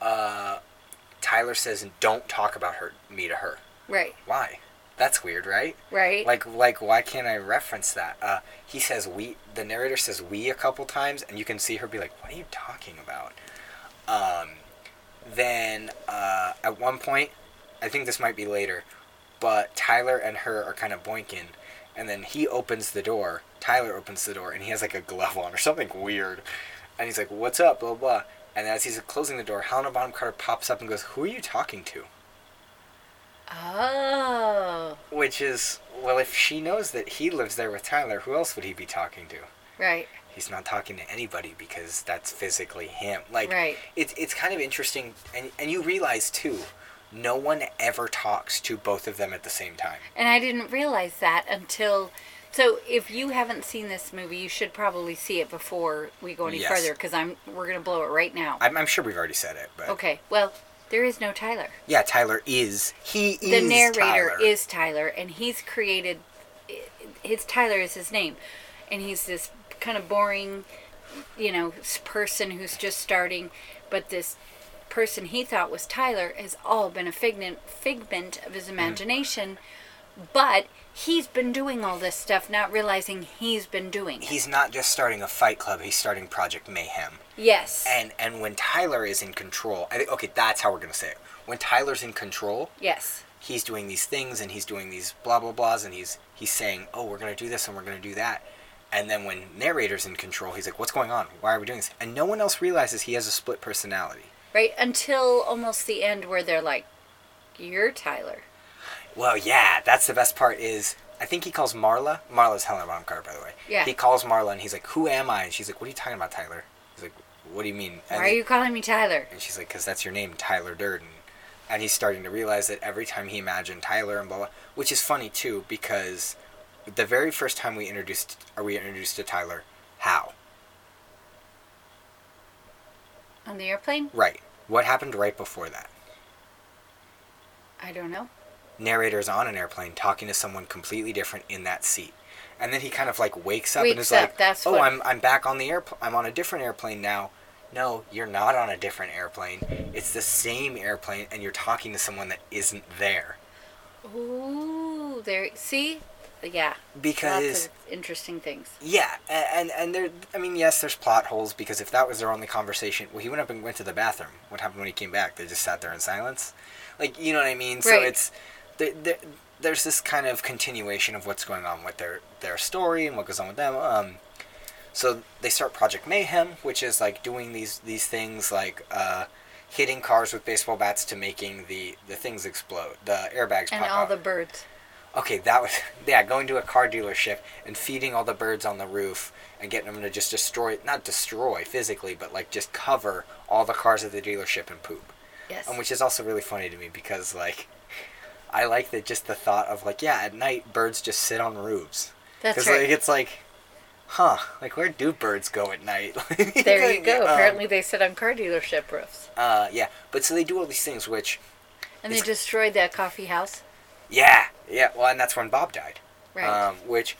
A: Uh, Tyler says, "Don't talk about her, me to her."
B: right
A: Why? That's weird, right?
B: right
A: Like, like, why can't I reference that? Uh, he says we. The narrator says we a couple times, and you can see her be like, "What are you talking about?" Um, then uh, at one point, I think this might be later, but Tyler and her are kind of boinking, and then he opens the door. Tyler opens the door, and he has like a glove on or something weird, and he's like, "What's up?" Blah blah. And as he's closing the door, Helena Bonham Carter pops up and goes, "Who are you talking to?"
B: oh
A: Which is, well, if she knows that he lives there with Tyler, who else would he be talking to?
B: right
A: He's not talking to anybody because that's physically him. Like,
B: Right.
A: it's, it's kind of interesting. And, and you realize, too, no one ever talks to both of them at the same time.
B: And I didn't realize that until. So if you haven't seen this movie, you should probably see it before we go any
A: Yes.
B: further because I'm we're gonna blow it right now.
A: I'm, I'm sure we've already said it, but.
B: okay. Well, there is no Tyler.
A: Yeah, Tyler is. He
B: the
A: is.
B: narrator
A: Tyler.
B: is Tyler, and he's created. His Tyler is his name, and he's this kind of boring, you know, s- person who's just starting. But this person he thought was Tyler has all been a figment figment of
A: Mm-hmm.
B: his imagination. But he's been doing all this stuff, not realizing he's been doing. It.
A: He's not just starting a fight club, he's starting Project Mayhem.
B: Yes.
A: And and when Tyler is in control, I think, okay, that's how we're going to say it. When Tyler's in control,
B: Yes.
A: he's doing these things and he's doing these blah blah blahs and he's he's saying oh we're gonna do this and we're gonna do that and then when narrator's in control he's like what's going on why are we doing this and no one else realizes he has a split personality
B: Right until almost the end, where they're like, "You're Tyler."
A: well yeah that's the best part is i think he calls marla marla's helen bonham carter by the way
B: Yeah.
A: he calls marla and he's like who am i and she's like what are you talking about tyler he's like what do you mean
B: Why
A: and,
B: are you calling me Tyler?
A: and she's like because that's your name tyler durden and he's starting to realize that every time he imagined tyler and blah blah which is funny too because the very first time we introduced are we introduced to tyler how
B: On the airplane?
A: right what happened right before that
B: I don't know.
A: narrator's on an airplane talking to someone completely different in that seat and then he kind of like wakes up and
B: Wakes
A: is
B: up,
A: like
B: that's
A: oh
B: what-
A: I'm, I'm back on the airplane i'm on a different airplane now no you're not on a different airplane it's the same airplane and you're talking to someone that isn't there
B: Ooh, there. See, yeah, lots
A: because
B: of interesting things.
A: Yeah, a- and and there. I mean, yes, there's plot holes because if that was their only conversation, well, he went up and went to the bathroom. What happened when he came back? They just sat there in silence, like you know what I mean. So
B: Right.
A: it's there, there, there's this kind of continuation of what's going on with their their story and what goes on with them. Um, so they start Project Mayhem, which is like doing these these things like uh, hitting cars with baseball bats to making the the things explode, the airbags
B: And
A: pop
B: all
A: out.
B: the birds.
A: Okay, that was yeah. Going to a car dealership and feeding all the birds on the roof and getting them to just destroy, not destroy physically, but like just cover all the cars at the dealership and poop.
B: Yes.
A: And which is also really funny to me because like, I like that just the thought of like yeah at night birds just sit on roofs.
B: That's
A: 'Cause,
B: right.
A: Like, it's like, huh, like where do birds go at night?
B: There you go.
A: Um,
B: Apparently, they sit on car dealership roofs,
A: Uh, yeah, but so they do all these things, which,
B: and they
A: it's-
B: destroyed that coffee house.
A: yeah, yeah, well, and that's when Bob died.
B: Right.
A: Um, which,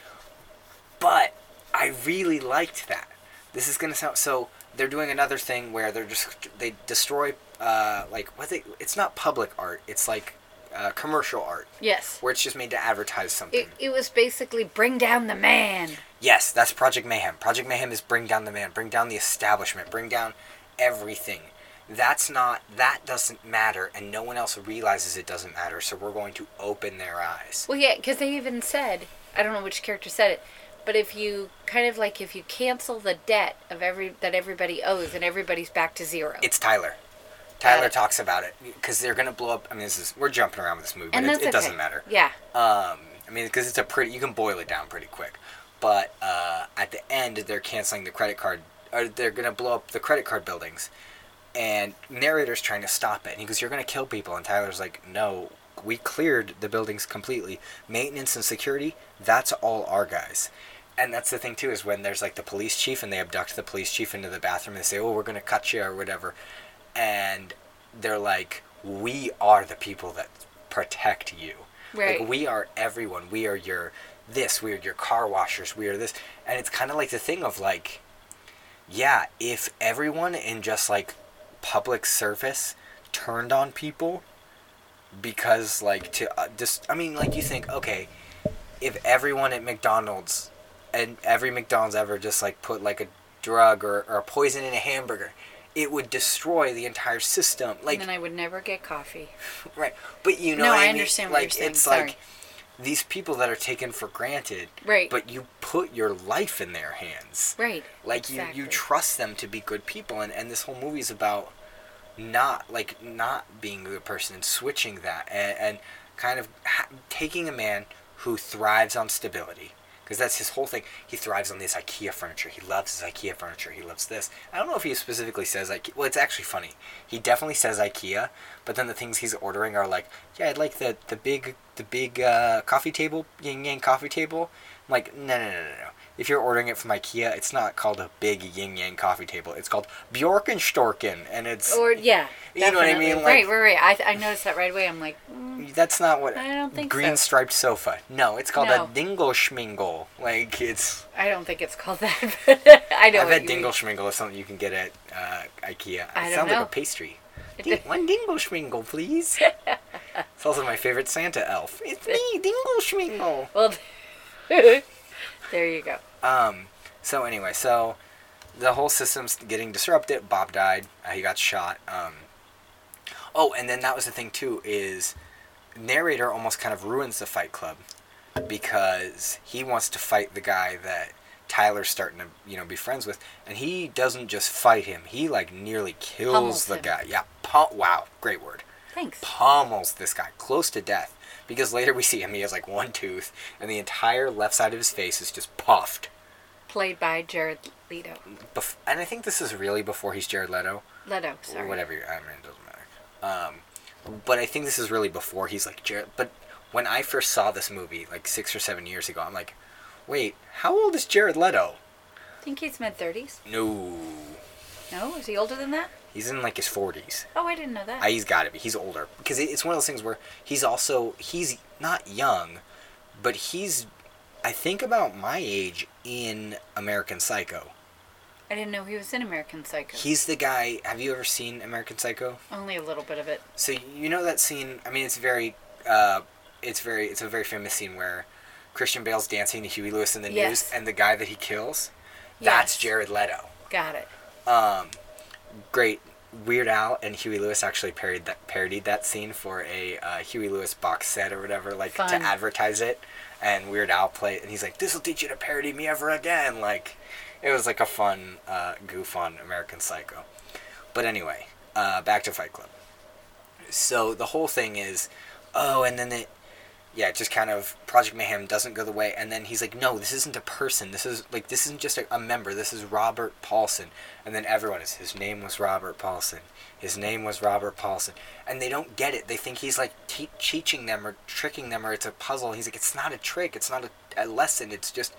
A: but I really liked that. This is gonna sound so. They're doing another thing where they're just they destroy uh, like what they. It's not public art. It's like uh, commercial art
B: yes.
A: where it's just made to advertise something.
B: It, it was basically bring down the man.
A: Yes, that's Project Mayhem. Project Mayhem is bring down the man, bring down the establishment, bring down everything. That's not, that doesn't matter, and no one else realizes it doesn't matter, so we're going to open their eyes.
B: Well, yeah, because they even said, I don't know which character said it, but if you kind of like if you cancel the debt of every that everybody owes and everybody's back to zero.
A: It's Tyler. Tyler
B: it.
A: talks about it, because they're going to blow up. I mean, this is, we're jumping around with this movie, but
B: and
A: it,
B: that's
A: it doesn't
B: okay.
A: matter.
B: Yeah.
A: Um, I mean, because it's a pretty, you can boil it down pretty quick. But uh, at the end, they're canceling the credit card, or they're going to blow up the credit card buildings. And narrator's trying to stop it. And he goes, You're going to kill people. And Tyler's like, No, we cleared the buildings completely. Maintenance and security, that's all our guys. And that's the thing, too, is when there's like the police chief and they abduct the police chief into the bathroom and they say, Oh, we're going to cut you or whatever. And they're like, We are the people that protect you.
B: Right.
A: Like, we are everyone. We are your this. We are your car washers. We are this. And it's kind of like the thing of like, yeah, if everyone in just like public service turned on people because like to uh, just, I mean, like you think, okay, if everyone at McDonald's and every McDonald's ever just like put like a drug or, or a poison in a hamburger, it would destroy the entire system. Like,
B: and then I would never get coffee.
A: Right, but you know,
B: No,
A: what
B: I
A: mean?
B: understand what
A: like
B: you're saying,
A: it's
B: sorry.
A: like these people that are taken for granted,
B: Right.
A: But you put your life in their hands,
B: Right.
A: Like you, you trust them to be good people, and and this whole movie is about not like not being a good person and switching that, and, and kind of ha- taking a man who thrives on stability. Because that's his whole thing. He thrives on this IKEA furniture. He loves his IKEA furniture. He loves this. I don't know if he specifically says IKEA. Well, it's actually funny. He definitely says IKEA, but then the things he's ordering are like, yeah, I'd like the the big the big uh, coffee table, yin yang coffee table. I'm like, no, no, no, no, no. If you're ordering it from IKEA, it's not called a big yin yang coffee table. It's called Bjorkenstorken, and it's
B: Or yeah.
A: You know what I
B: definitely.
A: mean, like-
B: right, right, right. I, I noticed that right away. I'm like, mm,
A: That's not what.
B: I don't think
A: Green
B: so.
A: striped sofa. No, it's called
B: No.
A: a dingle schmingle. Like it's.
B: I don't think it's called that. But I know.
A: I've
B: what
A: had
B: you mean.
A: dingle schmingle is something you can get at uh, IKEA. It
B: I don't
A: sounds
B: know.
A: like a pastry. Ding, one dingle schmingle, please. it's also my favorite Santa elf. It's me, dingle schmingle.
B: Well, there you go.
A: Um. So anyway, so the whole system's getting disrupted. Bob died. Uh, he got shot. Um. Oh, and then that was the thing too is narrator almost kind of ruins the Fight Club because he wants to fight the guy that Tyler's starting to you know be friends with, and he doesn't just fight him. He like nearly kills
B: Pummels
A: the
B: him.
A: guy. Yeah. Pum- wow. Great word
B: Thanks.
A: pummels this guy close to death because later we see him he has like one tooth and the entire left side of his face is just puffed
B: Played by Jared Leto.
A: Bef- and i think this is really before he's jared leto
B: Leto. Sorry.
A: whatever you- i mean it doesn't matter um, but i think this is really before he's like jared but when i first saw this movie like six or seven years ago i'm like wait how old is jared leto
B: think he's mid 30s.
A: no
B: No, is he older than that?
A: he's in like his 40s
B: Oh, I didn't know that.
A: I, he's got to be. He's older because it, it's one of those things where he's also he's not young, but he's I think about my age in American Psycho.
B: I didn't know he was in American Psycho.
A: He's the guy. Have you ever seen American Psycho?
B: Only a little bit of it.
A: So you know that scene. I mean, it's very, uh, it's very, it's a very famous scene where Christian Bale's dancing to Huey Lewis in the
B: Yes.
A: news, and the guy that he kills,
B: Yes.
A: that's Jared Leto.
B: Got it.
A: Um, great. Weird Al and Huey Lewis actually parodied that, parodied that scene for a uh, Huey Lewis box set or whatever, like to
B: Fun.
A: advertise it. And Weird Al played, and he's like, "This will teach you to parody me ever again." Like, it was like a fun uh, goof on American Psycho. But anyway, uh, back to Fight Club. So the whole thing is, oh, and then it, yeah, it just kind of Project Mayhem doesn't go the way, and then he's like, no, this isn't a person. This is like this isn't just a, a member. This is Robert Paulson, and then everyone is his name was Robert Paulson. His name was Robert Paulson, and they don't get it. They think he's like te- teaching them or tricking them, or it's a puzzle. He's like, it's not a trick. It's not a, a lesson. It's just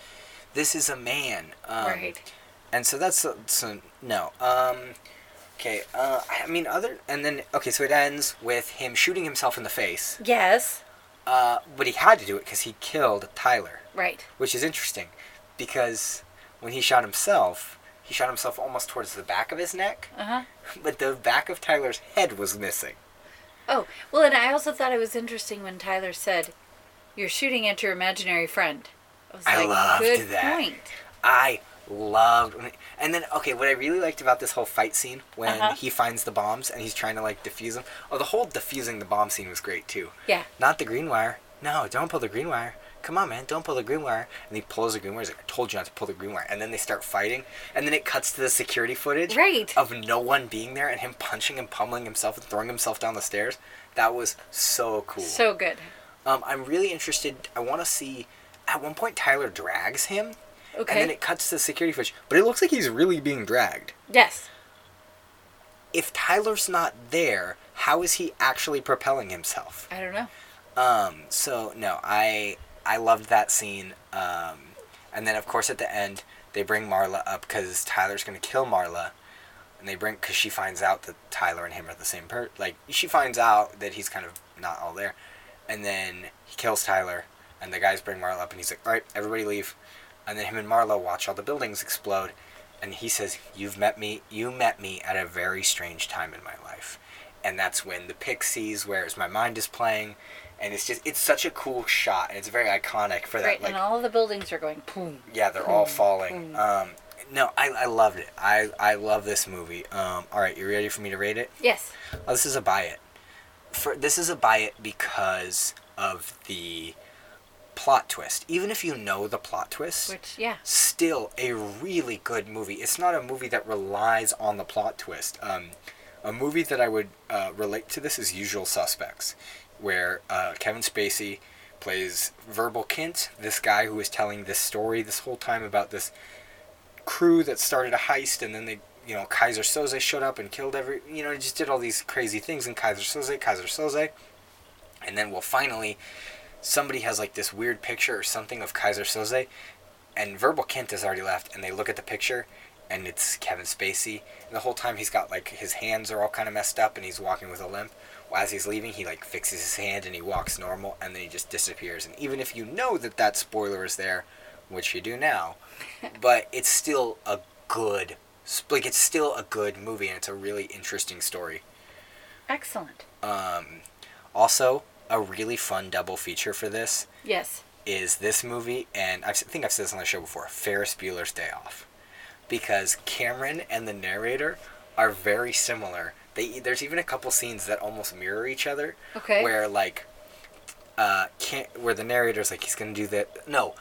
A: This is a man. Um,
B: right.
A: And so that's uh, so no. Um, okay. Uh, I mean, other and then okay. So it ends with him shooting himself in the face.
B: Yes.
A: Uh, but he had to do it because he killed Tyler,
B: Right.
A: which is interesting, because when he shot himself, he shot himself almost towards the back of his neck,
B: Uh huh.
A: but the back of Tyler's head was missing.
B: Oh, well, and I also thought it was interesting when Tyler said, You're shooting at your imaginary friend. I was
A: I loved
B: Good
A: that.
B: point.
A: I loved and then okay what i really liked about this whole fight scene when
B: Uh-huh.
A: he finds the bombs and he's trying to like defuse them oh the whole defusing the bomb scene was great too
B: Yeah.
A: not the green wire no don't pull the green wire come on man don't pull the green wire and he pulls the green wire he's like i told you not to pull the green wire and then they start fighting and then it cuts to the security footage
B: Right.
A: of no one being there and him punching and pummeling himself and throwing himself down the stairs that was so cool
B: So good.
A: um, i'm really interested i want to see at one point tyler drags him
B: Okay.
A: and then it cuts to security footage, but it looks like he's really being dragged.
B: yes.
A: If Tyler's not there, how is he actually propelling himself?
B: I don't know.
A: Um, so no, I I loved that scene. Um, and then of course at the end they bring Marla up because Tyler's gonna kill Marla, and they bring because she finds out that Tyler and him are the same per like she finds out that he's kind of not all there, and then he kills Tyler, and the guys bring Marla up, and he's like, all right, everybody leave, and then him and Marla watch all the buildings explode, and he says, you've met me, you met me at a very strange time in my life, and that's when the Pixies, whereas my mind is playing. And it's just, it's such a cool shot, and it's very iconic for that.
B: Right.
A: like,
B: and all the buildings are going boom.
A: yeah, they're all falling. Um, no, I, I loved it. I, I love this movie. Um, all right, you ready for me to rate it?
B: Yes.
A: Oh, this is a buy it. For this is a buy it because of the plot twist. Even if you know the plot twist,
B: Which, yeah.
A: still a really good movie. It's not a movie that relies on the plot twist. Um, a movie that I would uh, relate to this is Usual Suspects, where uh, Kevin Spacey plays Verbal Kint, this guy who is telling this story this whole time about this crew that started a heist and then they you know Kaiser Soze showed up and killed every you know just did all these crazy things in Kaiser Soze Kaiser Soze and then well finally somebody has like this weird picture or something of Kaiser Soze and Verbal Kent has already left and they look at the picture and it's Kevin Spacey and the whole time he's got like his hands are all kind of messed up and he's walking with a limp well, as he's leaving he like fixes his hand and he walks normal and then he just disappears and even if you know that that spoiler is there which you do now but it's still a good like it's still a good movie and it's a really interesting story
B: Excellent.
A: um also a really fun double feature for this
B: Yes.
A: is this movie and I've, i think i've said this on the show before ferris bueller's day off because cameron and the narrator are very similar they there's even a couple scenes that almost mirror each other
B: Okay.
A: where like uh can't where the narrator's like he's gonna do that no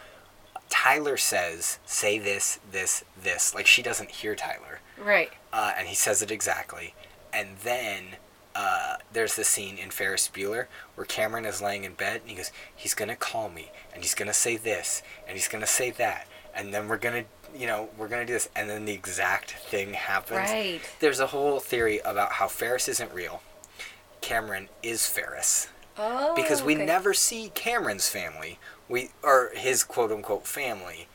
A: tyler says say this this this like she doesn't hear tyler
B: Right.
A: uh, and he says it exactly. And then uh, there's the scene in Ferris Bueller where Cameron is laying in bed and he goes, "He's gonna call me, and he's gonna say this, and he's gonna say that, and then we're gonna, you know, we're gonna do this." And then the exact thing happens.
B: Right.
A: There's a whole theory about how Ferris isn't real. Cameron is Ferris
B: Oh.
A: because we
B: okay.
A: never see Cameron's family, we or his quote unquote family,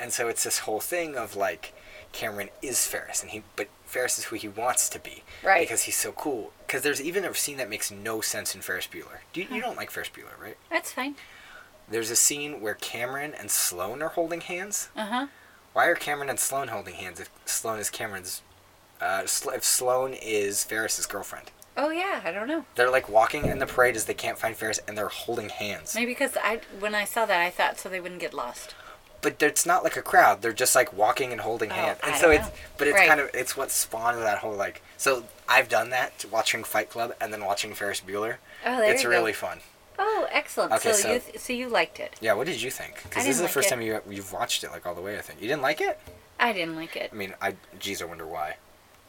A: and so it's this whole thing of like Cameron is Ferris, and he but Ferris is who he wants to be,
B: Right.
A: Because he's so cool. Because there's even a scene that makes no sense in Ferris Bueller. Do you, you don't like Ferris Bueller, right?
B: That's fine.
A: There's a scene where Cameron and Sloane are holding hands.
B: Uh huh.
A: Why are Cameron and Sloane holding hands if Sloane is Cameron's? Uh, Sl- if Sloane is Ferris's girlfriend,
B: Oh yeah. I don't know.
A: they're like walking in the parade as they can't find Ferris, and they're holding hands.
B: Maybe because I when I saw that I thought so they wouldn't get lost.
A: but it's not like a crowd. They're just like walking and holding
B: Oh,
A: hands, and
B: I
A: so
B: don't
A: it's
B: know.
A: but it's
B: Right.
A: kind of it's what spawned that whole like. So I've done that watching Fight Club and then watching Ferris Bueller.
B: Oh, there
A: it's
B: you go.
A: really fun.
B: Oh, excellent.
A: Okay,
B: so, you
A: so-
B: th- so you liked it.
A: Yeah, what did you think? Because
B: I
A: this is
B: didn't
A: the
B: like
A: first
B: it.
A: time you you've watched it like all the way. I think you didn't like it.
B: I didn't like it.
A: I mean, I geez, I wonder why.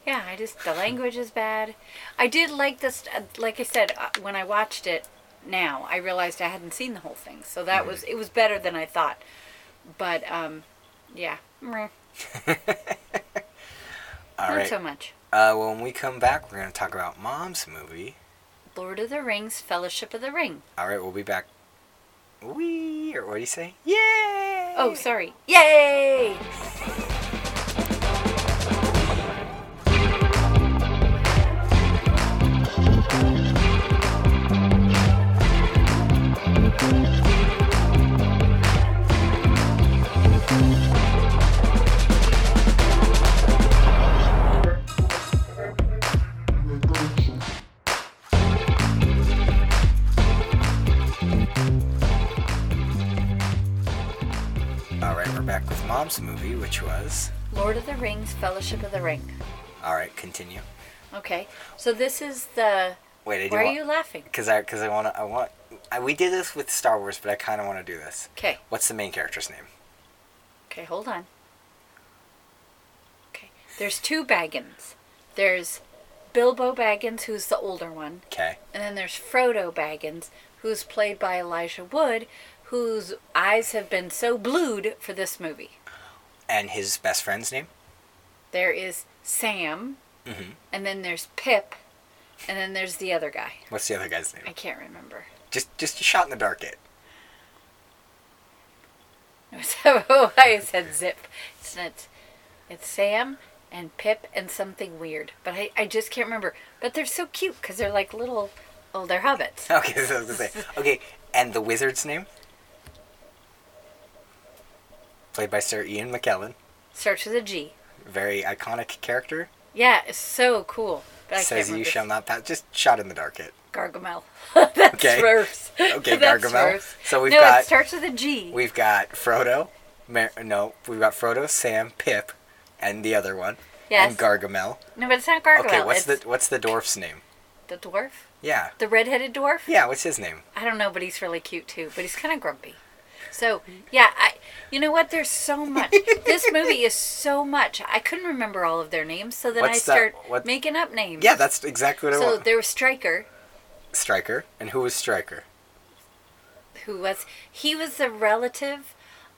B: Yeah, I just the language is bad. I did like this. uh, Like I said, uh, when I watched it now, I realized I hadn't seen the whole thing, so that was it was better than I thought. But um, yeah, meh,
A: All
B: not
A: right.
B: so much.
A: Uh, well, when we come back, we're gonna talk about Mom's movie.
B: Lord of the Rings, Fellowship of the Ring.
A: All right, we'll be back. Wee or what do you say? Yay!
B: Oh, sorry. Yay!
A: All right, we're back with Mom's movie, which was.
B: Lord of the Rings, Fellowship of the Ring.
A: All right, continue.
B: Okay, so this is the.
A: Wait, I do
B: Why are
A: want-
B: you laughing?
A: Cause I, cause I wanna, I want. I, we did this with Star Wars, but I kind of want to do this.
B: Okay,
A: What's the main character's name?
B: okay, hold on. Okay, there's two Baggins. There's Bilbo Baggins, who's the older one,
A: Okay.
B: and then there's Frodo Baggins, who's played by Elijah Wood, whose eyes have been so blued for this movie.
A: And his best friend's name?
B: There is Sam, and then there's Pip, and then there's the other guy.
A: What's the other guy's
B: I
A: name?
B: can't remember.
A: Just, just a shot in the dark. It.
B: So I said zip. It's not, it's Sam and Pip and something weird, but I, I just can't remember. But they're so cute because they're like little, oh, they're hobbits.
A: Okay, so I was gonna say. Okay, and the wizard's name? Played by Sir Ian McKellen,
B: Starts with a G.
A: very iconic character.
B: Yeah, it's so cool. But I
A: Says
B: can't
A: you
B: remember.
A: shall not pass. Just shot in the dark. It.
B: Gargamel. That's
A: Okay.
B: worse.
A: Okay,
B: That's
A: Gargamel.
B: worse.
A: So we've
B: no,
A: got-
B: it starts with a G.
A: We've got Frodo. Mer- no, we've got Frodo, Sam, Pip, and the other one.
B: Yes.
A: And Gargamel.
B: no, but it's not Gargamel.
A: Okay, what's
B: it's
A: the what's the dwarf's name?
B: the dwarf?
A: Yeah.
B: The red-headed dwarf?
A: Yeah, what's his name?
B: I don't know, but he's really cute too. But he's kind of grumpy. So yeah, I. You know what? There's so much. this movie is so much. I couldn't remember all of their names, so then I
A: What's that-
B: start
A: what-
B: making up names.
A: Yeah, that's exactly what I
B: So
A: want.
B: there was Stryker,
A: Striker. And who was Striker?
B: who was he was the relative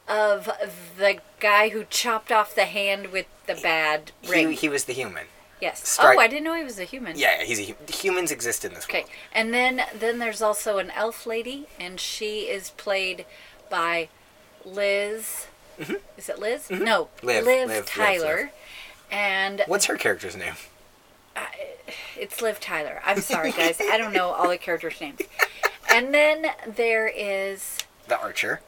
B: of the guy who chopped off the hand with the bad ring.
A: He, he was the human.
B: yes.
A: Stry-
B: oh, I didn't know he was a human.
A: Yeah, he's a hu- humans exist in this
B: Okay,
A: world.
B: and then then there's also an elf lady, and she is played by Liz. Is it Liz? No,
A: Liv, Liv,
B: Liv,
A: Liv,
B: Tyler.
A: Liv.
B: And
A: What's her character's name?
B: it's Liv Tyler. I'm sorry, guys. I don't know all the characters' names. And then there is
A: The Archer.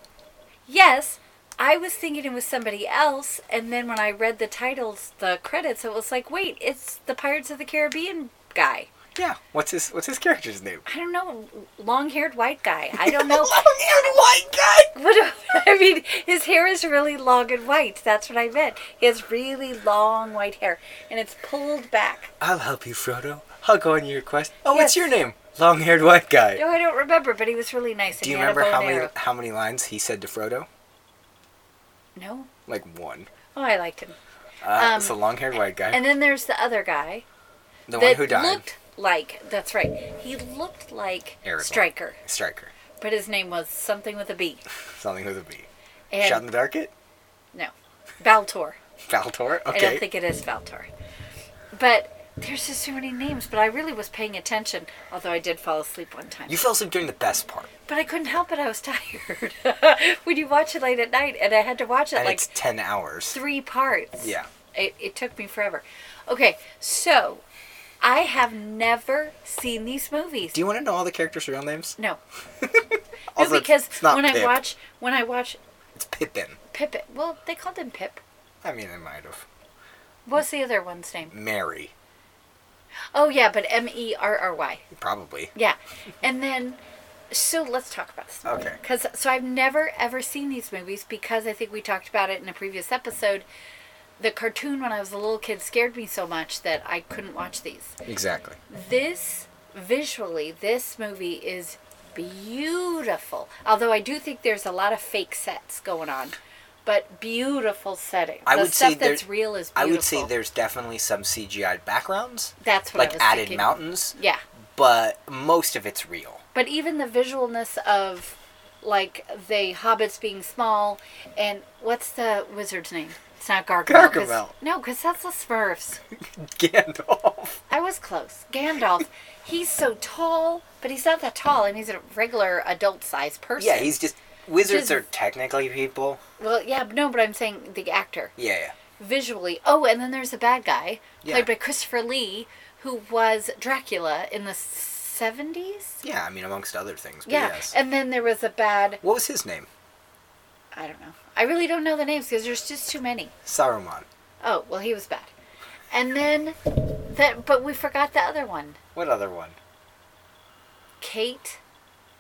B: yes. I was thinking it was somebody else, and then when I read the titles, the credits, it was like, wait, it's the Pirates of the Caribbean guy.
A: Yeah. What's his What's his character's name?
B: I don't know, long-haired white guy. I don't know.
A: Long-haired white guy.
B: What do- uh, I mean, his hair is really long and white. That's what I meant. He has really long white hair, and it's pulled back.
A: I'll help you, Frodo. I'll go on your quest. Oh, what's your
B: Yes.
A: name? Long-haired white guy.
B: No, I don't remember, but he was really nice. And
A: Do you
B: he had a
A: remember
B: bow
A: how
B: and
A: many
B: arrow.
A: how many lines he said to Frodo?
B: No.
A: Like one.
B: Oh, I liked him.
A: Uh,
B: Um,
A: it's a long-haired white guy.
B: And then there's the other guy
A: the one
B: that
A: who died.
B: looked like. That's right. He looked like
A: Aragorn.
B: Stryker,
A: Striker.
B: but his name was something with a B.
A: Something with a B.
B: And
A: Shot in the dark. It.
B: no, Baltor.
A: Valtor.
B: I don't
A: Okay.
B: think it is Valtor. But there's just so many names. But I really was paying attention, although I did fall asleep one time.
A: You fell asleep during the best part,
B: But I couldn't help it. I was tired. when you watch it late at night, and I had to watch it
A: and
B: like
A: it's ten hours.
B: three parts.
A: Yeah.
B: It, it took me forever. Okay, so I have never seen these movies.
A: Do you want to know all the characters' real names?
B: no.
A: Also,
B: no,
A: it's-
B: because
A: it's not
B: when
A: Pip.
B: I watch when I watch
A: It's Pippin.
B: Pip, well, they called him Pip.
A: I mean, I might have.
B: What's the other one's name?
A: Mary,
B: Oh yeah, but M E R R Y.
A: probably.
B: Yeah, and then so let's talk about this.
A: Okay.
B: Because so I've never ever seen these movies because I think we talked about it in a previous episode. The cartoon when I was a little kid scared me so much that I couldn't watch these.
A: Exactly.
B: This visually, this movie is beautiful. Although I do think there's a lot of fake sets going on, but beautiful setting.
A: I
B: the
A: would
B: stuff
A: say there-
B: that's real is
A: I
B: beautiful.
A: would say there's definitely some CGI backgrounds,
B: that's what I
A: like
B: was
A: added
B: thinking.
A: mountains,
B: Yeah.
A: but most of it's real.
B: But even the visualness of like the hobbits being small and what's the wizard's name? It's not Gargamel. 'cause-
A: Gargamel.
B: No, because that's the Smurfs.
A: Gandalf.
B: I was close. Gandalf. he's so tall, but he's not that tall, and he's a regular adult-sized person.
A: Yeah, he's just Wizards
B: Just-
A: are technically people.
B: Well, yeah, but no, but I'm saying the actor
A: Yeah, yeah.
B: visually. Oh, and then there's a bad guy
A: Yeah.
B: played by Christopher Lee, who was Dracula in the '70s.
A: Yeah, I mean, amongst other things. But
B: Yeah,
A: Yes.
B: and then there was a bad.
A: What was his name?
B: I don't know. I really don't know the names because there's just too many.
A: Saruman.
B: Oh, well, he was bad. And then that, but we forgot the other one.
A: What other one?
B: Kate,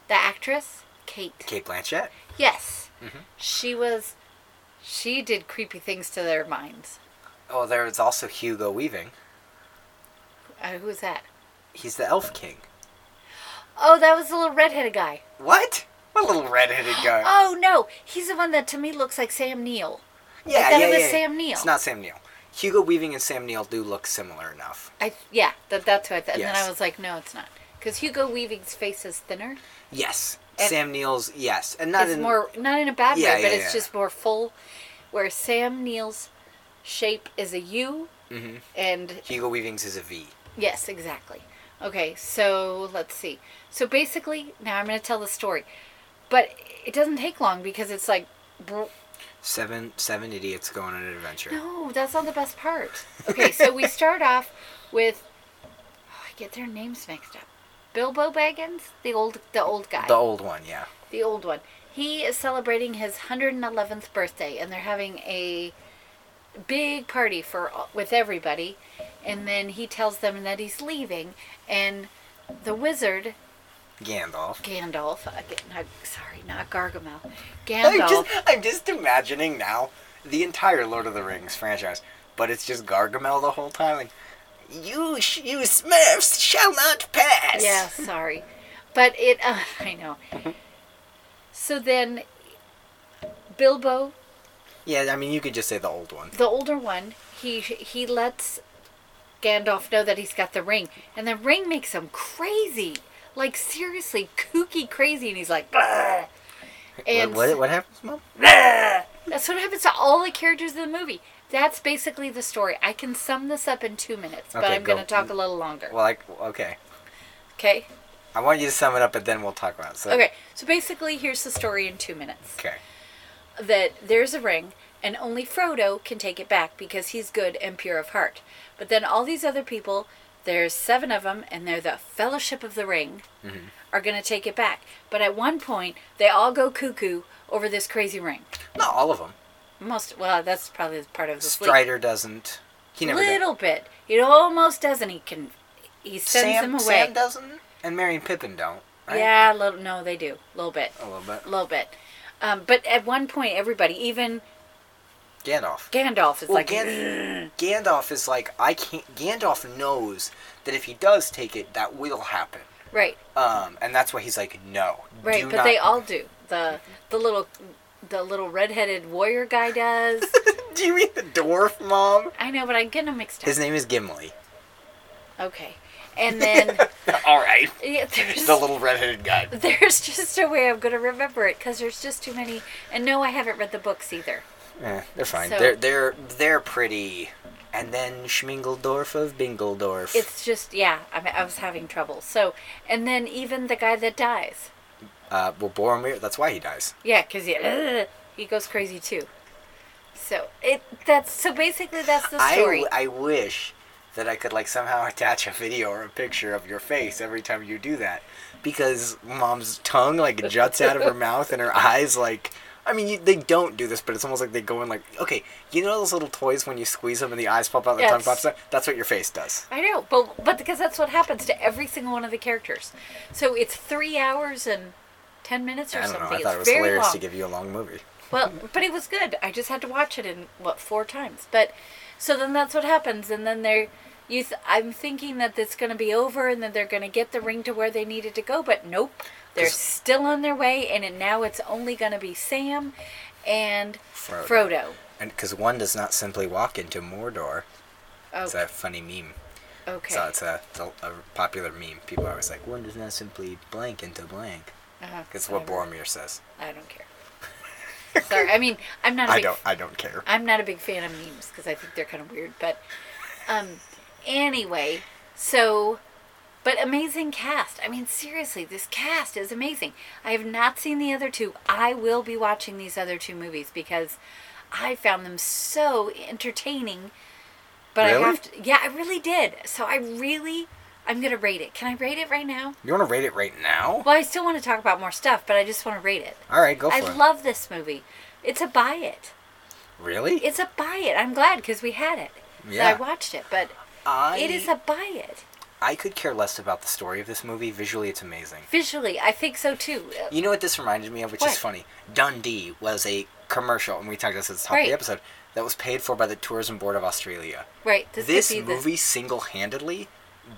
B: the actress. Kate.
A: Kate Blanchett.
B: Yes.
A: Mhm.
B: She was. She did creepy things to their minds.
A: Oh, there's also Hugo Weaving.
B: Uh, who was that?
A: He's the Elf King.
B: Oh, that was the little redheaded guy.
A: What? What little redheaded guy?
B: Oh no, he's the one that to me looks like Sam Neill.
A: yeah,
B: I thought
A: yeah,
B: it was
A: yeah, yeah.
B: Sam Neill.
A: It's not Sam Neill. Hugo Weaving and Sam Neill do look similar enough.
B: I yeah, that that's who I thought. And then
A: Yes.
B: I was like, no, it's not, because Hugo Weaving's face is thinner.
A: Yes.
B: And-
A: Sam Neill's yes, and not
B: it's
A: in
B: more not in a bad
A: Yeah,
B: way, but
A: yeah,
B: it's
A: yeah.
B: just more full. Where Sam Neill's shape is a U,
A: Mhm.
B: and
A: Hugo Weaving's is a V.
B: yes, exactly. Okay, so let's see. So basically, now I'm going to tell the story, but it doesn't take long because it's like. br-
A: Seven seven idiots go on an adventure.
B: No, that's not the best part. Okay, so we start off with oh, I get their names mixed up. Bilbo Baggins, the old the old guy,
A: The old one, yeah.
B: the old one. He is celebrating his 111th birthday and they're having a big party for with everybody and then he tells them that he's leaving and the wizard
A: Gandalf.
B: Gandalf, again, not, sorry, not Gargamel.
A: I'm
B: Gandalf.
A: just, I'm just imagining now the entire Lord of the Rings franchise, but it's just Gargamel the whole time. Like, you, sh- you Smurfs shall not pass.
B: Yeah, sorry. But it, uh, I know. So then, Bilbo,
A: Yeah, I mean, you could just say the old one.
B: the older one, he he lets Gandalf know that he's got the ring, and the ring makes him crazy, like seriously kooky crazy, and he's like, "Bah!" and
A: what, what, what happens, Mom?
B: that's what happens to all the characters in the movie. That's basically the story. I can sum this up in two minutes, but
A: Okay,
B: I'm
A: go.
B: going to talk a little longer.
A: Well, like, okay.
B: Okay.
A: I want you to sum it up, but then we'll talk about it. So,
B: Okay. So basically, here's the story in two minutes.
A: Okay.
B: that there's a ring and only Frodo can take it back because he's good and pure of heart. But then all these other people, there's seven of them, and they're the Fellowship of the Ring,
A: Mm-hmm.
B: are going to take it back. But at one point, they all go cuckoo over this crazy ring.
A: Not all of them.
B: Most well, that's probably part of the sleep.
A: Strider doesn't. He never did.
B: little bit. It almost doesn't. He can. He sends
A: Sam,
B: them away.
A: Sam doesn't, and Mary and Pippin don't. Right?
B: Yeah, little. No, they do. A little bit.
A: A little bit.
B: A little bit. Um, but at one point, everybody, even
A: Gandalf.
B: Gandalf, is
A: Well,
B: like,
A: Gan- Gandalf is like I can't. Gandalf knows that if he does take it, that will happen.
B: right.
A: Um, and that's why he's like, no.
B: Right,
A: do
B: but
A: not-
B: they all do. The the little the little redheaded warrior guy does.
A: do you mean the dwarf mom?
B: I know, but I'm getting them mixed up.
A: His name is Gimli.
B: okay, and then
A: all right.
B: yeah, there's
A: The little redheaded guy.
B: there's just a way I'm gonna remember it because there's just too many. And no, I haven't read the books either.
A: Eh, they're fine.
B: So-
A: they're they're they're pretty. And then Schmingeldorf of Bingledorf.
B: It's just yeah, I, mean, I was having trouble. So and then even the guy that dies,
A: uh, well, Boromir. That's why he dies.
B: yeah, because he ugh, he goes crazy too. So it that's so basically that's the
A: I,
B: story.
A: w- I wish that I could like somehow attach a video or a picture of your face every time you do that because mom's tongue like juts out of her mouth and her eyes like I mean you, they don't do this but it's almost like they go in like okay you know those little toys when you squeeze them and the eyes pop out and the tongue
B: Yes.
A: pops out that's what your face does
B: I know, but but because that's what happens to every single one of the characters. So it's three hours and ten minutes or
A: I don't know
B: something.
A: I
B: it's
A: thought it was
B: very
A: hilarious
B: long.
A: to give you a long movie
B: well, but it was good. I just had to watch it in what four times. But so then that's what happens, and then they're you. Th- I'm thinking that it's going to be over, and that they're going to get the ring to where they needed to go. But nope, they're
A: 'Cause-
B: still on their way, and it, now it's only going to be Sam and
A: Frodo.
B: Frodo.
A: and because one does not simply walk into Mordor
B: Oh,
A: it's a funny meme
B: okay.
A: so it's a, it's a, a popular meme people are always like one does not simply blank into blank
B: Uh-huh,
A: it's what
B: whatever.
A: Boromir says
B: I don't care. Sorry, I mean I'm not. A
A: I
B: big
A: don't I don't care
B: I'm not a big fan of memes because I think they're kind of weird. But um, anyway, so, but But amazing cast. I mean, seriously, this cast is amazing. I have not seen the other two. I will be watching these other two movies because I found them so entertaining. But
A: Really?
B: I have to. Yeah, I really did. So I really. I'm going to rate it. Can I rate it right now?
A: You want to rate it right now?
B: Well, I still want to talk about more stuff, but I just want to rate it.
A: All right, go for
B: I
A: it.
B: love this movie. It's a buy it.
A: really?
B: It's a buy it. I'm glad because we had it.
A: Yeah.
B: That I watched it, but
A: I,
B: it is a buy it.
A: I could care less about the story of this movie. Visually, it's amazing.
B: Visually, I think so too. Uh,
A: You know what this reminded me of, which is
B: What?
A: funny? Dundee was a commercial, and we talked about this at the top of
B: Right.
A: the episode, that was paid for by the Tourism Board of Australia.
B: Right. This,
A: This,
B: could be
A: movie single handedly